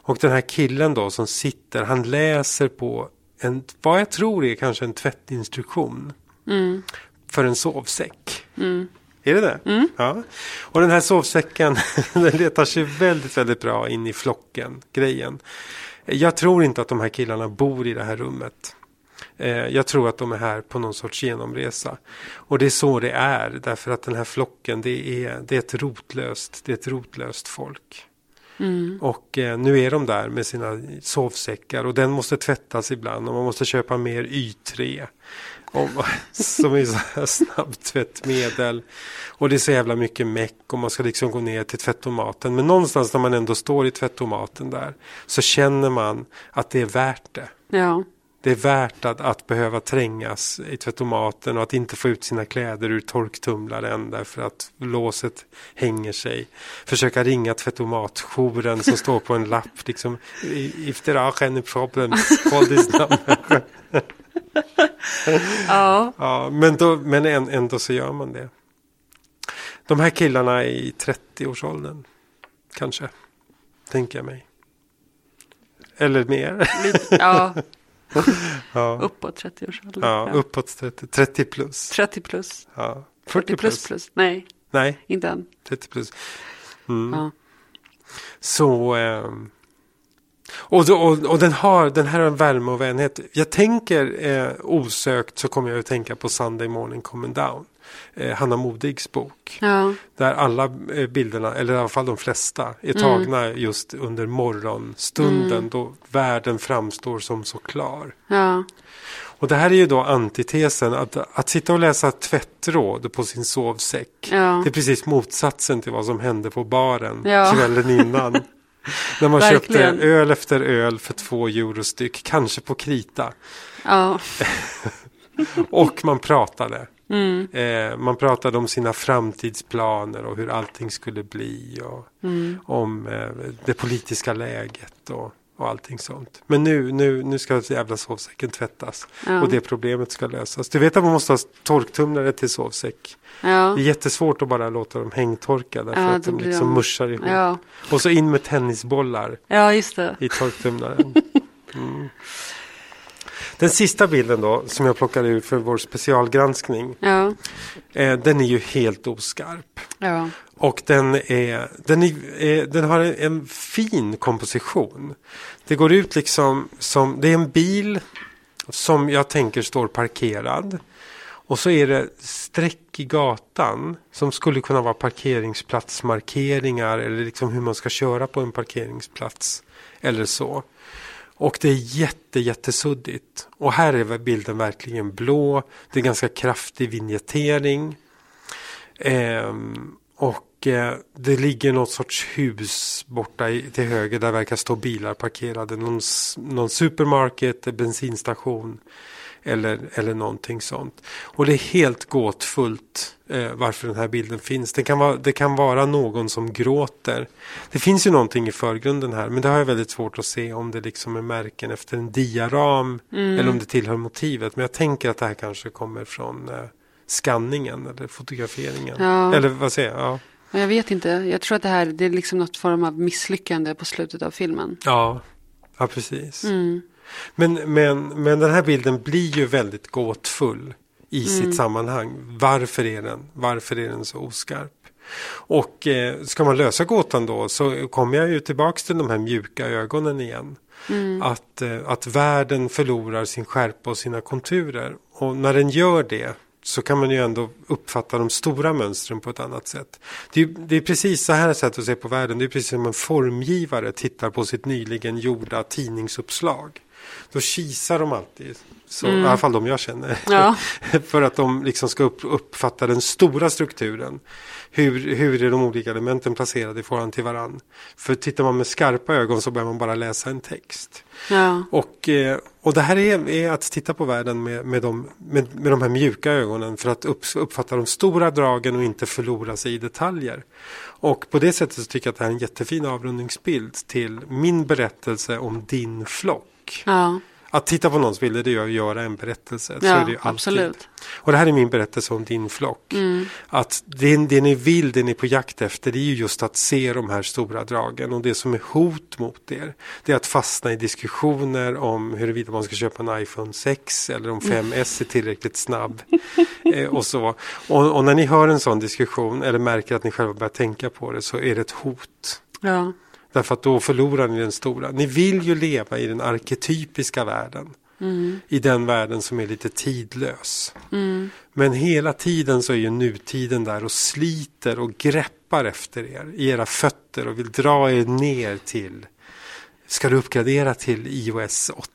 A: Och den här killen då som sitter, han läser på en, vad jag tror är kanske en tvättinstruktion.
B: Mm.
A: För en sovsäck. Är det det? Ja. Och den här sovsäcken den letar sig väldigt, väldigt bra in i flocken, grejen. Jag tror inte att de här killarna bor i det här rummet. Eh, Jag tror att de är här på någon sorts genomresa. Och det är så det är, därför att den här flocken, det är, det är ett rotlöst, det är ett rotlöst folk. Och eh, nu är de där med sina sovsäckar och den måste tvättas ibland och man måste köpa mer Y3. Och, som är så här snabbtvättmedel. Och det är så jävla mycket meck och man ska liksom gå ner till tvättomaten. Men någonstans när man ändå står i tvättomaten där så känner man att det är värt det.
B: ja.
A: Det är värt att, att behöva trängas i tvättomaten och att inte få ut sina kläder ur torktumlaren därför att låset hänger sig. Försöka ringa tvättomatjouren som står på en lapp. Liksom, "I- If there are any problems, call this number.
B: Ja.
A: Ja, men då, men än- ändå så gör man det. De här killarna är i 30-årsåldern, kanske, tänker jag mig. Eller mer.
B: ja.
A: Ja,
B: Uppåt 30-årsåldern.
A: ja uppåt 30, 30 plus.
B: 30 plus.
A: Ja,
B: 40 plus plus. Nej,
A: Nej,
B: inte än.
A: 30 plus.
B: Ja.
A: Mm. Så... ehm, och, då- och, och den, har, den här har en värme och vänlighet. Jag tänker eh, osökt så kommer jag att tänka på Sunday Morning Coming Down. eh, Hanna Modigs bok.
B: Ja.
A: Där alla eh, bilderna, eller i alla fall de flesta,
B: Mm.
A: är tagna just under morgonstunden då världen framstår som så klar.
B: Ja.
A: Och det här är ju då antitesen, att, att sitta och läsa tvättråd på sin sovsäck.
B: Ja.
A: Det är precis motsatsen till vad som hände på baren
B: Ja.
A: kvällen innan. När man
B: Verkligen.
A: köpte öl efter öl för två euro styck, kanske på krita.
B: Ja.
A: Och man pratade.
B: Mm.
A: Eh, man pratade om sina framtidsplaner och hur allting skulle bli. Och
B: Mm.
A: Om eh, det politiska läget och, och allting sånt. Men nu, nu, nu ska jävla sovsäcken tvättas.
B: Ja.
A: Och det problemet ska lösas. Du vet att man måste ha torktumlare till sovsäck.
B: Ja.
A: Det är jättesvårt att bara låta dem hängtorka. Därför
B: Ja,
A: att
B: det
A: de
B: blir
A: liksom
B: de-
A: muschar ihop.
B: Ja.
A: Och så in med tennisbollar
B: ja, just det.
A: i torktumlaren. Mm. Den sista bilden då, som jag plockade ur för vår specialgranskning,
B: Ja.
A: eh, den är ju helt oskarp.
B: Ja.
A: Och den, är, den, är, eh, den har en, en fin komposition. Det går ut liksom som, det är en bil som jag tänker står parkerad. Och så är det streck i gatan som skulle kunna vara parkeringsplatsmarkeringar eller liksom hur man ska köra på en parkeringsplats eller så. Och det är jätte, jättesuddigt. Och här är väl bilden verkligen blå. Det är ganska kraftig vignettering. Ehm, och eh, det ligger något sorts hus borta i, till höger där verkar stå bilar parkerade. Någon, s- någon supermarket, eh, bensinstation eller, eller någonting sånt. Och det är helt gåtfullt eh, varför den här bilden finns. Det kan, vara, det kan vara någon som gråter. Det finns ju någonting i förgrunden här men det har jag väldigt svårt att se om det liksom är märken efter en diaram eller om det tillhör motivet. Men jag tänker att det här kanske kommer från eh, skanningen eller fotograferingen.
B: Ja.
A: Eller vad säger jag? Ja.
B: Men jag vet inte. Jag tror att det här det är liksom något form av misslyckande på slutet av filmen.
A: Ja. ja, precis.
B: Mm.
A: Men, men, men den här bilden blir ju väldigt gåtfull i sitt sammanhang. Varför är den, varför är den så oskarp? Och eh, ska man lösa gåtan då så kommer jag ju tillbaks till de här mjuka ögonen igen. Att, eh, att världen förlorar sin skärpa och sina konturer. Och när den gör det så kan man ju ändå uppfatta de stora mönstren på ett annat sätt. Det är, det är precis så här sätt att se på världen. Det är precis som en formgivare tittar på sitt nyligen gjorda tidningsuppslag. Då kisar de alltid, så, i alla fall de jag känner.
B: Mm. Ja.
A: För att de liksom ska upp, uppfatta den stora strukturen. Hur, hur är de olika elementen placerade i förhållande till varann? För tittar man med skarpa ögon så börjar man bara läsa en text.
B: Ja.
A: Och, eh, och det här är, är att titta på världen med, med, de, med, med de här mjuka ögonen för att upp, uppfatta de stora dragen och inte förlora sig i detaljer. Och på det sättet så tycker jag att det här är en jättefin avrundningsbild till min berättelse om din flock.
B: Ja.
A: Att titta på någons bilder det är ju att göra en berättelse. så
B: Ja,
A: är det ju alltid.
B: absolut. Mm.
A: Och det här är min berättelse om din flock. Att det, det ni vill, det ni är på jakt efter, det är ju just att se de här stora dragen. Och det som är hot mot er, det är att fastna i diskussioner om huruvida man ska köpa en iPhone 6 eller om 5S
B: Mm.
A: är tillräckligt snabb. eh, och, så. Och, och när ni hör en sån diskussion eller märker att ni själva börjar tänka på det så är det ett hot.
B: Ja.
A: Därför att då förlorar ni den stora. Ni vill ju leva i den arketypiska världen. I den världen som är lite tidlös. Men hela tiden så är ju nutiden där och sliter och greppar efter er i era fötter och vill dra er ner till Ska du uppgradera till iOS 8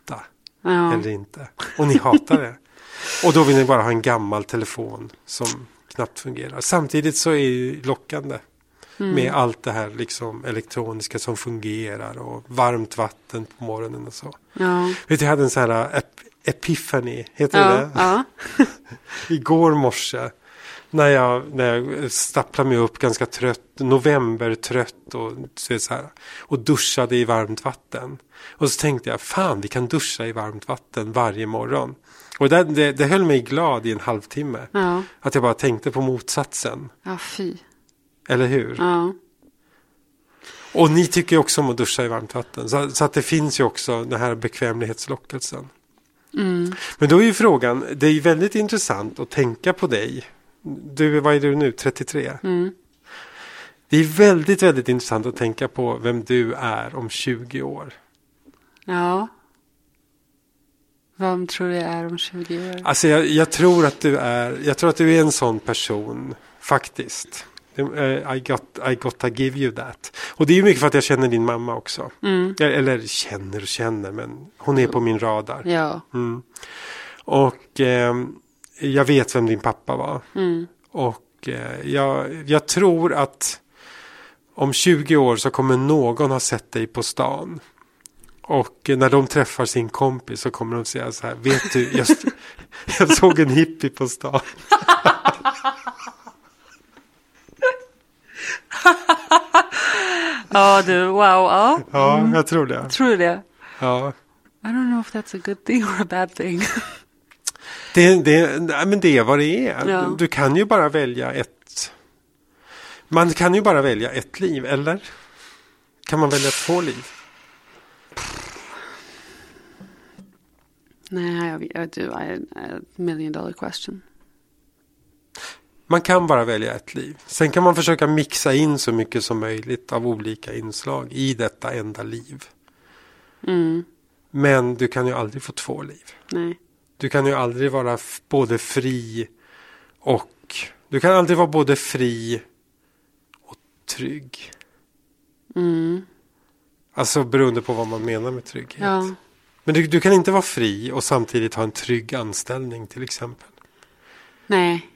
B: Ja.
A: eller inte? Och ni hatar det. Och då vill ni bara ha en gammal telefon som knappt fungerar. Samtidigt så är det ju lockande
B: Mm.
A: med allt det här liksom elektroniska som fungerar och varmt vatten på morgonen och så.
B: Ja.
A: Vet du, jag hade en sån här ep- epiphany, heter
B: Ja.
A: det?
B: Ja.
A: igår morse när jag, när jag stapplade mig upp ganska trött, novembertrött och så vet så här, och duschade i varmt vatten. Och så tänkte jag, fan vi kan duscha i varmt vatten varje morgon. Och det, det, det höll mig glad i en halvtimme.
B: Ja.
A: Att jag bara tänkte på motsatsen,
B: Ja, fy.
A: eller hur?
B: Ja.
A: Och ni tycker ju också om att duscha i varmt vatten. Så, så att det finns ju också den här bekvämlighetslockelsen. Men då är ju frågan, det är ju väldigt intressant att tänka på dig. Du, vad är du nu, 33? Det är väldigt, väldigt intressant att tänka på vem du är om 20 år.
B: Ja. Vem tror du jag är om 20 år?
A: Alltså jag, jag, tror att du är, jag tror att du är en sån person, faktiskt. Eh, I got, I got to give you that. Och det är ju mycket för att jag känner din mamma också. Eh,
B: Mm.
A: Eller känner och känner, men hon är på min radar.
B: Ja.
A: Mm. Och eh, jag vet vem din pappa var.
B: Mm.
A: Och eh, jag, jag tror att om 20 år så kommer någon ha sett dig på stan. Och eh, när de träffar sin kompis så kommer de säga så här, vet du, jag, st- jag såg en hippie på stan.
B: Ja du, Oh, wow. Ja.
A: Ja, jag tror det.
B: Tror du det?
A: Ja.
B: I don't know if that's a good thing or a bad thing.
A: Det, det, nej, men det är vad det är.
B: Ja.
A: Du kan ju bara välja ett. Man kan ju bara välja ett liv, eller? Kan man välja två liv?
B: Nej, jag, jag, du, I, a million dollar question.
A: Man kan bara välja ett liv. Sen kan man försöka mixa in så mycket som möjligt av olika inslag i detta enda liv.
B: Mm,
A: Men du kan ju aldrig få två liv.
B: nej.
A: Du kan ju aldrig vara f- både fri och... Du kan aldrig vara både fri och trygg.
B: Mm,
A: Alltså beroende på vad man menar med trygghet.
B: ja.
A: Men du, du kan inte vara fri och samtidigt ha en trygg anställning till exempel.
B: Nej.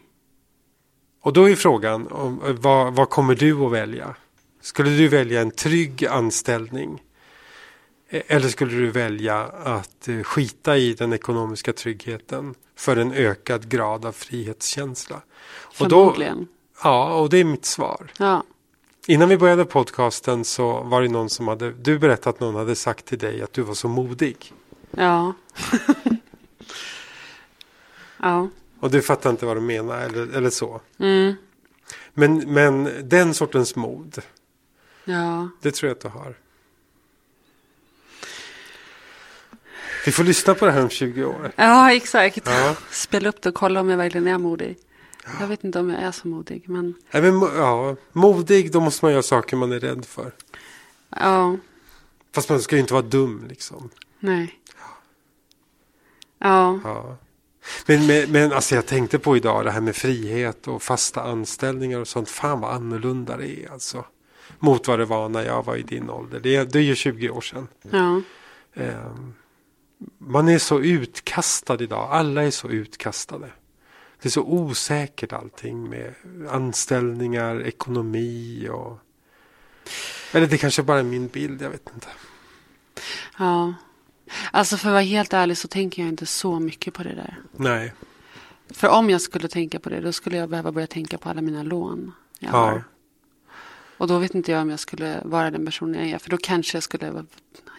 A: Och då är frågan, om, eh, vad, vad kommer du att välja? Skulle du välja en trygg anställning? Eh, Eller skulle du välja att eh, skita i den ekonomiska tryggheten för en ökad grad av frihetskänsla? Och då,
B: Förmodligen.
A: ja, och det är mitt svar.
B: Ja.
A: Innan vi började podcasten så var det någon som hade, du berättade att någon hade sagt till dig att du var så modig.
B: Ja. ja.
A: Och du fattar inte vad de menar eller, eller så.
B: Mm,
A: Men, men den sortens mod,
B: ja.
A: det tror jag att du har. Vi får lyssna på det här om 20 år.
B: Ja, exakt.
A: Ja.
B: Spela upp det och kolla om jag verkligen är modig. Jag vet inte om jag är så modig, men
A: Nej, men, mo- ja, modig, då måste man göra saker man är rädd för.
B: ja,
A: Fast man ska ju inte vara dum liksom.
B: nej. Ja,
A: Ja. Men, men, men alltså jag tänkte på idag det här med frihet och fasta anställningar och sånt. Fan vad annorlunda det är alltså. Mot vad det var när jag var i din ålder. Det är, det är ju 20 år sedan.
B: ja,
A: Eh, man är så utkastad idag. Alla är så utkastade. Det är så osäkert allting med anställningar, ekonomi och... Eller det kanske bara är min bild, jag vet inte.
B: ja. Alltså för att vara helt ärlig så tänker jag inte så mycket på det där.
A: Nej.
B: För om jag skulle tänka på det, då skulle jag behöva börja tänka på alla mina lån. Jag
A: Ja.
B: har. Och då vet inte jag om jag skulle vara den personen jag är. För då kanske jag skulle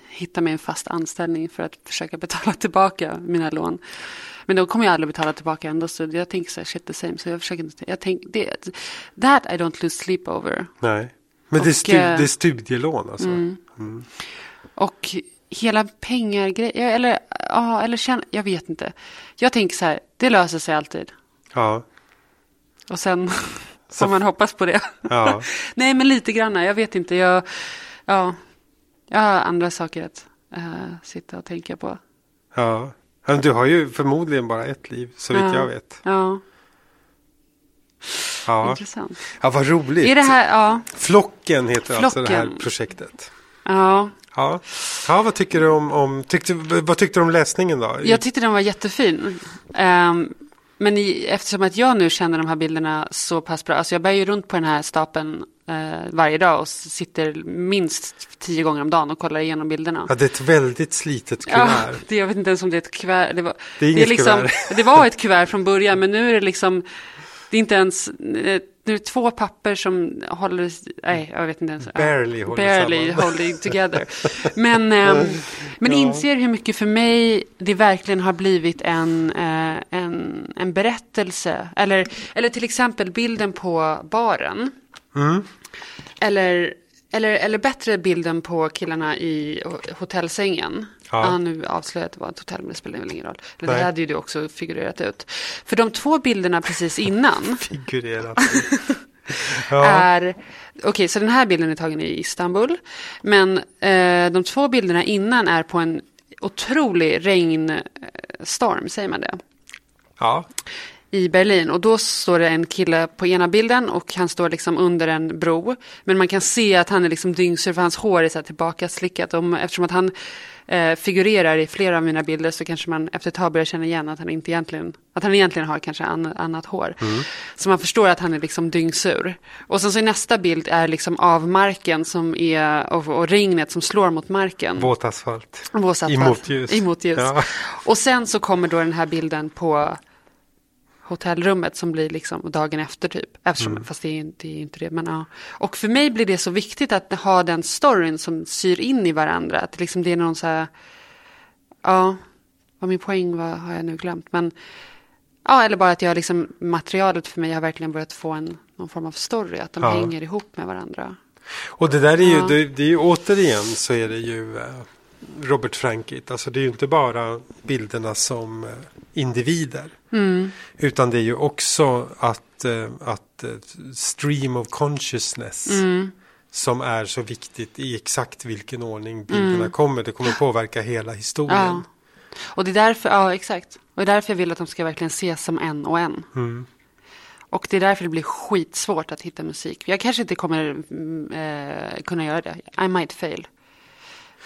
B: hitta mig en fast anställning för att försöka betala tillbaka mina lån. Men då kommer jag aldrig betala tillbaka ändå. Så jag tänker så här, shit the same. Så jag försöker inte. Jag tänk, det, that I don't lose sleep over.
A: Nej. Men det, är
B: Och,
A: stu-
B: eh, Mm.
A: det är studielån alltså.
B: Och hela pengargrejen, eller, ja, eller känn, jag vet inte. Jag tänker så här, det löser sig alltid.
A: Ja.
B: Och sen får man hoppas på det.
A: Ja.
B: Nej, men lite grann. Jag vet inte. Jag, ja, jag har andra saker att eh, sitta och tänka på.
A: Ja. Ja, men Du har ju förmodligen bara ett liv, så vitt
B: Ja.
A: jag vet.
B: Ja,
A: Ja.
B: intressant.
A: ja, vad roligt.
B: Är det här, ja,
A: Flocken heter alltså det här
B: Flocken.
A: projektet.
B: ja.
A: Ja, ja vad, tycker du om, om, tyckte, vad tyckte du om läsningen då?
B: Jag tyckte den var jättefin. Ehm, men i, eftersom att jag nu känner de här bilderna så pass bra, alltså jag bär ju runt på den här stapeln eh, varje dag och sitter minst tio gånger om dagen och kollar igenom bilderna.
A: ja, det är ett väldigt slitet
B: Ja,
A: kuvert.
B: det, jag vet inte ens om det är ett kuvert. Det, var,
A: Det är inget
B: liksom,
A: kuvert.
B: Det var ett kuvert från början, men nu är det liksom, det är inte ens, eh, nu är det två papper som håller, nej, jag vet inte ens. ja,
A: Barely håller
B: barely
A: samman.
B: holding together. Men, ehm, men
A: Ja.
B: inser hur mycket för mig det verkligen har blivit en, eh, en, en berättelse. Eller, eller till exempel bilden på baren.
A: Mm.
B: Eller, eller, eller bättre bilden på killarna i ho- hotellsängen.
A: Ja.
B: Ja. nu avslöjade jag att det var ett hotell, men det spelar väl ingen roll. Eller
A: Nej.
B: det hade ju du också figurerat ut. För de två bilderna precis innan
A: Figurerat. ja,
B: är... Okej, så den här bilden är tagen i Istanbul. Men eh, de två bilderna innan är på en otrolig regn, eh, storm, säger man det?
A: Ja.
B: i Berlin och då står det en kille på ena bilden och han står liksom under en bro. Men man kan se att han är liksom dyngsur för hans hår är så här tillbaka slickat. Om, eftersom att han eh, figurerar i flera av mina bilder så kanske man efter ett tag börjar känna igen att han, inte egentligen, att han egentligen har kanske an, annat hår. Så man förstår att han är liksom dyngsur. Och sen så i nästa bild är liksom av marken som är, och, och regnet som slår mot marken.
A: Våt asfalt.
B: Våsatt
A: I
B: va?
A: motljus.
B: I motljus.
A: Ja.
B: Och sen så kommer då den här bilden på hotellrummet som blir liksom dagen efter typ. Eftersom,
A: Mm.
B: Fast det är, ju- det är ju inte det. Men, ja. Och för mig blir det så viktigt att ha den storyn som syr in i varandra. Att liksom det är någon så här, ja, vad min poäng var har jag nu glömt. Men, ja, eller bara att jag liksom, materialet för mig har verkligen börjat få en, någon form av story. Att de
A: Ja.
B: hänger ihop med varandra.
A: Och det där är ju, det, det är ju återigen så är det ju eh, Robert Frankit. Alltså det är ju inte bara bilderna som eh, individer.
B: Mm.
A: Utan det är ju också att, eh, att eh, stream of consciousness.
B: Mm.
A: Som är så viktigt i exakt vilken ordning bilderna kommer. Det kommer påverka hela historien.
B: Mm. Ja. Och det är därför, ja exakt. Och det är därför jag vill att de ska verkligen ses som en och en.
A: Mm.
B: Och det är därför det blir skitsvårt att hitta musik. Jag kanske inte kommer mm, eh, kunna göra det. I might fail.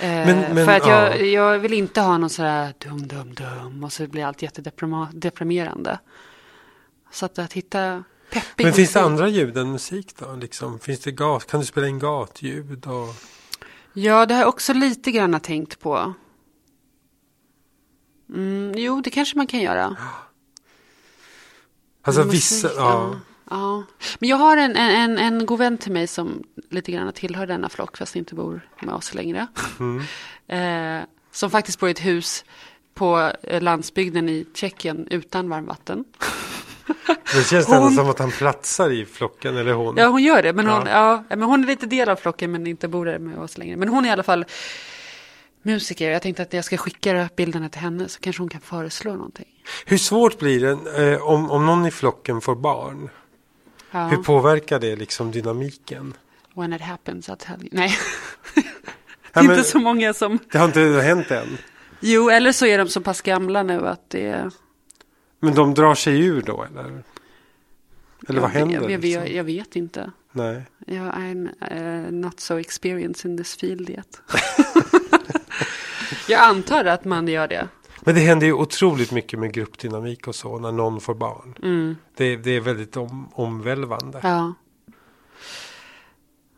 B: Eh,
A: Men- men,
B: för att jag,
A: ja.
B: jag vill inte ha någon sådär dum, dum, dum och så blir allt jättedeprimerande. Så att, att hitta peppig
A: Men finns det
B: musik-
A: andra ljud än musik då? Liksom, finns det gas? Kan du spela in gatljud? Och...
B: Ja, det har jag också lite grann tänkt på. Mm, jo, det kanske man kan göra.
A: Alltså
B: Musik,
A: vissa, ja.
B: ja. Men jag har en, en, en, en god vän till mig som lite grann tillhör denna flock, fast inte bor med oss längre.
A: Mm.
B: eh, som faktiskt bor i ett hus på eh, landsbygden i Tjeckien utan varmvatten.
A: Det känns det
B: Hon-
A: ändå som att han platsar i flocken, eller hon.
B: Ja, hon gör det. Men hon, ja.
A: Ja.
B: men hon är lite del av flocken, men inte bor där med oss längre. Men hon är i alla fall musiker. Jag tänkte att jag ska skicka bilderna till henne, så kanske hon kan föreslå någonting.
A: Hur svårt blir det eh, om, om någon i flocken får barn?
B: Ja.
A: Hur påverkar det liksom dynamiken?
B: When it happens, I'll tell you. Nej. Det
A: Ja,
B: är
A: men-
B: inte så många som...
A: Det har inte hänt än.
B: Jo, eller så är de så pass gamla nu att det... Eller
A: Men de drar sig ur då eller? Eller vad händer?
B: Jag, jag,
A: liksom?
B: jag, jag vet inte.
A: Nej.
B: Jag, I'm eh, not so experienced in this field yet. jag antar att man gör det.
A: Men det händer ju otroligt mycket med gruppdynamik och så när någon får barn. Det, det är väldigt om, omvälvande.
B: Mm. Ja.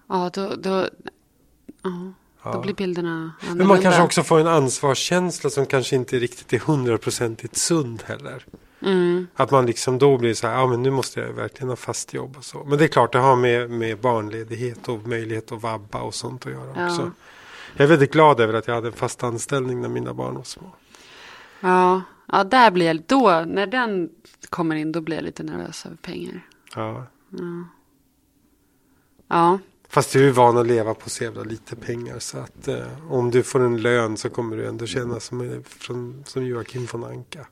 B: Ja, då... då ja. Då
A: Ja.
B: blir bilderna
A: Men man
B: annorlunda.
A: kanske också får en ansvarskänsla som kanske inte riktigt är hundraprocentigt sund heller.
B: Mm.
A: Att man liksom då blir så här, ja men nu måste jag verkligen ha fast jobb och så. Men det är klart, det har med, med barnledighet och möjlighet att vabba och sånt att göra
B: Ja.
A: också. Jag är väldigt glad över att jag hade en fast anställning när mina barn var små.
B: Ja. ja, där blir jag... Då, när den kommer in, då blir jag lite nervös över pengar.
A: Ja.
B: Ja.
A: Fast du är van att leva på så jävla lite pengar så att eh, om du får en lön så kommer du ändå känna som, eh, från, som Joakim von Anka.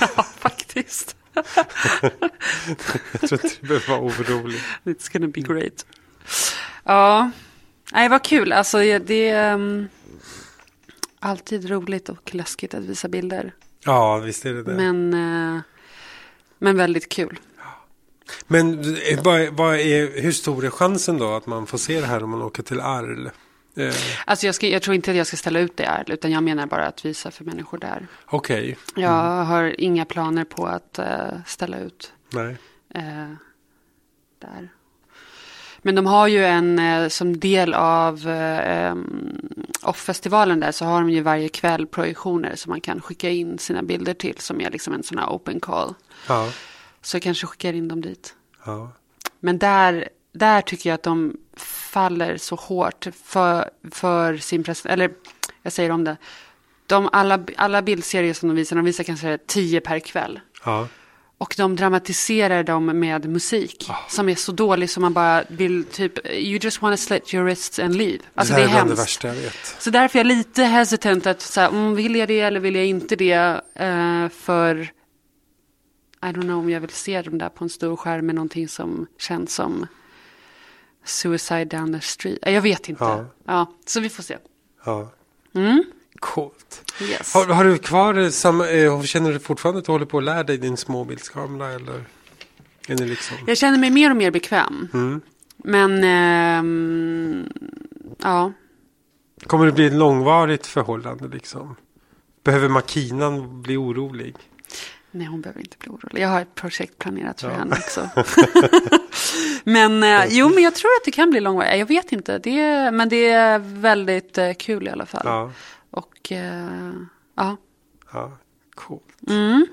B: ja, faktiskt.
A: Jag tror inte du behöver vara orolig.
B: It's gonna be great. Ja, nej vad kul. Alltså det- det är ehm, alltid roligt och läskigt att visa bilder.
A: Ja, visst är det det.
B: Men, eh, men väldigt kul.
A: Men eh, vad, vad är, hur stor är chansen då att man får se det här om man åker till Arl? Eh,
B: Alltså jag, ska, jag tror inte att jag ska ställa ut det här, utan jag menar bara att visa för människor där.
A: Okej,
B: Jag har inga planer på att eh, ställa ut
A: nej.
B: eh, där. Men de har ju en, eh, som del av eh, em, OFF-festivalen där, så har de ju varje kväll projektioner som man kan skicka in sina bilder till, som är liksom en sån här open call.
A: Ja,
B: Så jag kanske skickar in dem dit.
A: ja.
B: Men där, där tycker jag att de faller så hårt för, för sin present... Eller, jag säger om det. De, alla, alla bildserier som de visar, de visar kanske tio per kväll.
A: ja.
B: Och de dramatiserar dem med musik
A: Ah.
B: som är så dålig som man bara vill typ You just wanna slit your wrists and leave. Alltså det,
A: här
B: är
A: bland det
B: hemskt.
A: värsta jag vet.
B: så därför är jag lite hesitant att säga mm, vill jag det eller vill jag inte det? Eh, för I don't know om jag vill se dem där på en stor skärm med någonting som känns som Suicide down the street. Eh, Jag vet inte. Ja.
A: Ja.
B: så vi får se.
A: Ja. Coolt.
B: Yes.
A: Har, har du kvar samma, eh, känner du fortfarande att du håller på att lära dig din småbildskamera eller? Är ni liksom?
B: Jag känner mig mer och mer bekväm.
A: Mm.
B: Men, ehm, ja.
A: Kommer det bli ett långvarigt förhållande liksom? Behöver makinan bli orolig?
B: Nej, hon behöver inte bli orolig. Jag har ett projekt planerat för henne också. men eh, jo, men jag tror att det kan bli långvarigt. Jag vet inte. Det är, men det är väldigt eh, kul i alla fall.
A: Ja,
B: Och eh, ja,
A: ja coolt. Mm.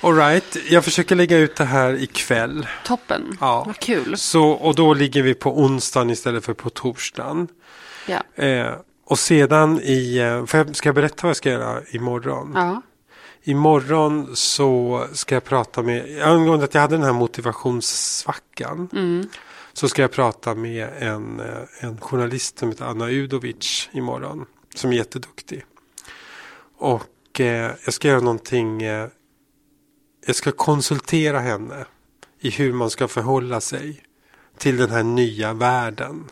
A: All right, jag försöker lägga ut det här ikväll.
B: toppen.
A: Ja.
B: Vad kul.
A: Så, och då ligger vi på onsdagen istället för på torsdagen.
B: Ja.
A: Eh, och sedan i, eh, får jag, ska jag berätta vad jag ska göra imorgon?
B: ja.
A: Imorgon så ska jag prata med, angående att jag hade den här motivationssvackan. Så ska jag prata med en, eh, en journalist som heter Anna Udovic imorgon. Som är jätteduktig. Och eh, jag ska göra någonting, eh, jag ska konsultera henne i hur man ska förhålla sig till den här nya världen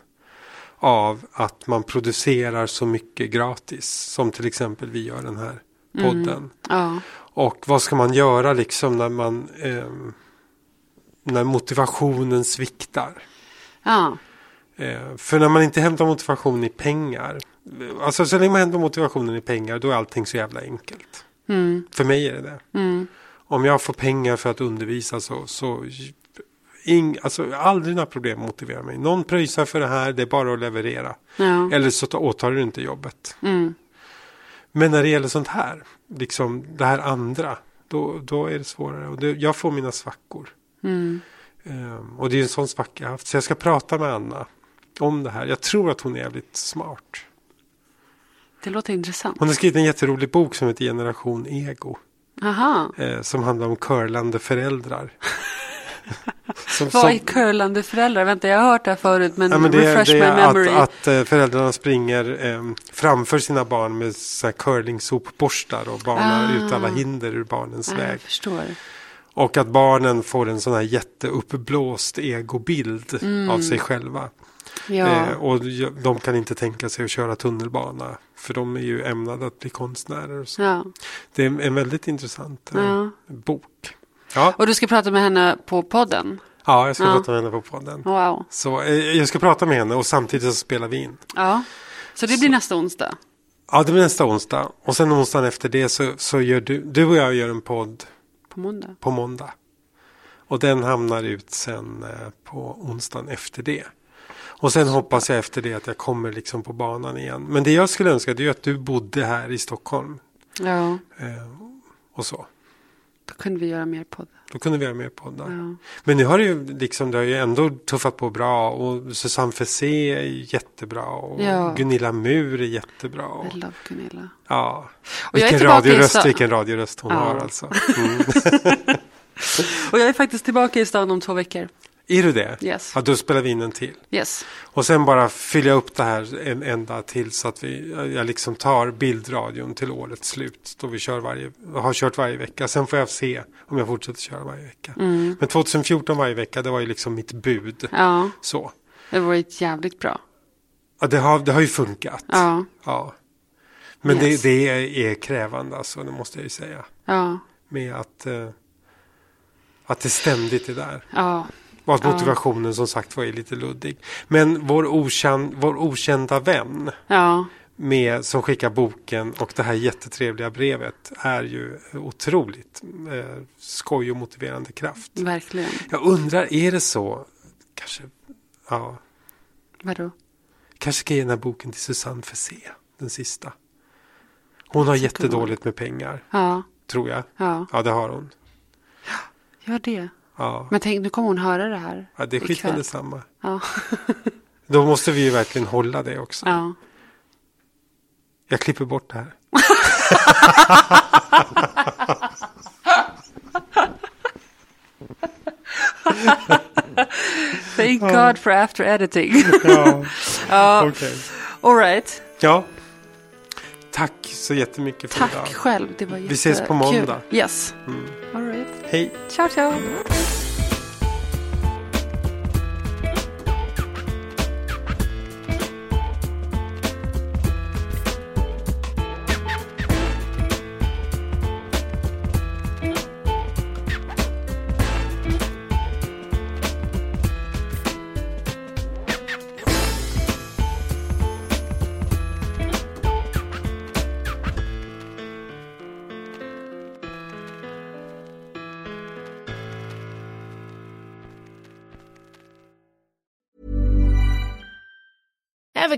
A: av att man producerar så mycket gratis. Som till exempel vi gör den här podden.
B: ja.
A: Och vad ska man göra liksom när man ehm, när motivationen sviktar?
B: Ja.
A: Eh, för när man inte hämtar motivation i pengar, eh, alltså så länge man hämtar motivationen i pengar då är allting så jävla enkelt. För mig är det det. Om jag får pengar för att undervisa så, så ing, alltså, aldrig några problem motiverar mig. Någon pröjsar för det här, det är bara att leverera.
B: Ja.
A: Eller så ta- åtar du inte jobbet. Men när det gäller sånt här, liksom det här andra, då, då är det svårare. Och det, jag får mina svackor. Ehm, och det är en sån svacka jag har haft. Så jag ska prata med Anna om det här. Jag tror att hon är jävligt smart.
B: Det låter intressant.
A: Hon har skrivit en jätterolig bok som heter Generation Ego.
B: Aha.
A: Eh, som handlar om curlande föräldrar. som,
B: Vad är
A: som-
B: curlande föräldrar? Vänta, jag har hört det här förut, men,
A: Ja, men det, är-
B: refresh
A: det
B: my
A: är
B: memory.
A: att, att eh, föräldrarna springer eh, framför sina barn med så här curlingsopborstar och banar
B: Ah.
A: ut alla hinder ur barnens
B: ja,
A: väg.
B: jag förstår.
A: Och att barnen får en sån här jätteuppblåst egobild av sig själva.
B: Mm. Ja.
A: Eh, och ju- de kan inte tänka sig att köra tunnelbana. För de är ju ämnade att bli konstnärer. Och så.
B: ja.
A: Det är en- en väldigt intressant eh,
B: Ja.
A: bok. Ja,
B: Och du ska prata med henne på podden?
A: ja jag ska
B: Ja.
A: prata med henne på podden.
B: Wow.
A: Så eh, jag ska prata med henne och samtidigt så spelar vi in.
B: Ja. Så det blir nästa onsdag?
A: Ja, det blir nästa onsdag. Och sen onsdagen efter det så, så gör du, du och jag gör en podd
B: På måndag?
A: på måndag. Och den hamnar ut sen eh, på onsdagen efter det. Och sen hoppas jag efter det att jag kommer liksom på banan igen. Men det jag skulle önska det är ju att du bodde här i Stockholm.
B: Ja.
A: Eh, och så.
B: Då kunde vi göra mer podd.
A: Då kunde vi göra mer poddar.
B: Ja.
A: Men nu har det ju liksom, det har ju ändå tuffat på bra. Och Susanne Fessé är ju jättebra. Och
B: Ja.
A: Gunilla Mur är jättebra. Och,
B: I love Gunilla.
A: ja.
B: jag är
A: Vilken
B: tillbaka i
A: radioröst,
B: stan.
A: vilken radioröst hon
B: Ja.
A: har alltså. Mm.
B: Och jag är faktiskt tillbaka i stan om två veckor.
A: är du det?
B: Yes.
A: Ja, då spelar vi in en till.
B: Yes.
A: Och sen bara fylla upp det här en enda till så att vi, jag liksom tar bildradion till årets slut. Då vi kör varje, har kört varje vecka. Sen får jag se om jag fortsätter köra varje vecka. Men 2014 varje vecka, det var ju liksom mitt bud.
B: Mm. Ja.
A: Så.
B: Det var varit jävligt bra.
A: Ja, det, har, det har ju funkat.
B: Ja.
A: Ja. Men
B: Yes.
A: det, det är krävande alltså, det måste jag ju säga.
B: Ja.
A: Med att, eh, att det ständigt är där.
B: Ja.
A: Och att motivationen som sagt var är lite luddig. Men vår, okänd, vår okända vän
B: Ja.
A: med, som skickar boken och det här jättetrevliga brevet är ju otroligt eh, skoj och motiverande kraft.
B: Verkligen.
A: Jag undrar, är det så? Kanske, ja,
B: Vadå?
A: kanske ska jag ge den här boken till Susanne Fessé, den sista. Hon har jättedåligt med pengar,
B: Ja.
A: tror jag.
B: Ja.
A: Ja, det har hon.
B: Gör det.
A: Ja,
B: Men tänk, nu kommer hon höra Mm. det här.
A: ja det är skit
B: ikväll.
A: med detsamma.
B: Ja.
A: Då måste vi ju verkligen hålla det också.
B: Ja.
A: Jag klipper bort det här.
B: Thank God for after editing.
A: Ja,
B: ja.
A: okej.
B: All right.
A: Ja. Tack så jättemycket för idag.
B: Tack själv. Det var
A: Vi ses på
B: jättekul.
A: måndag. Mm.
B: Yes. All right.
A: Hej.
B: Ciao, ciao.
C: Ever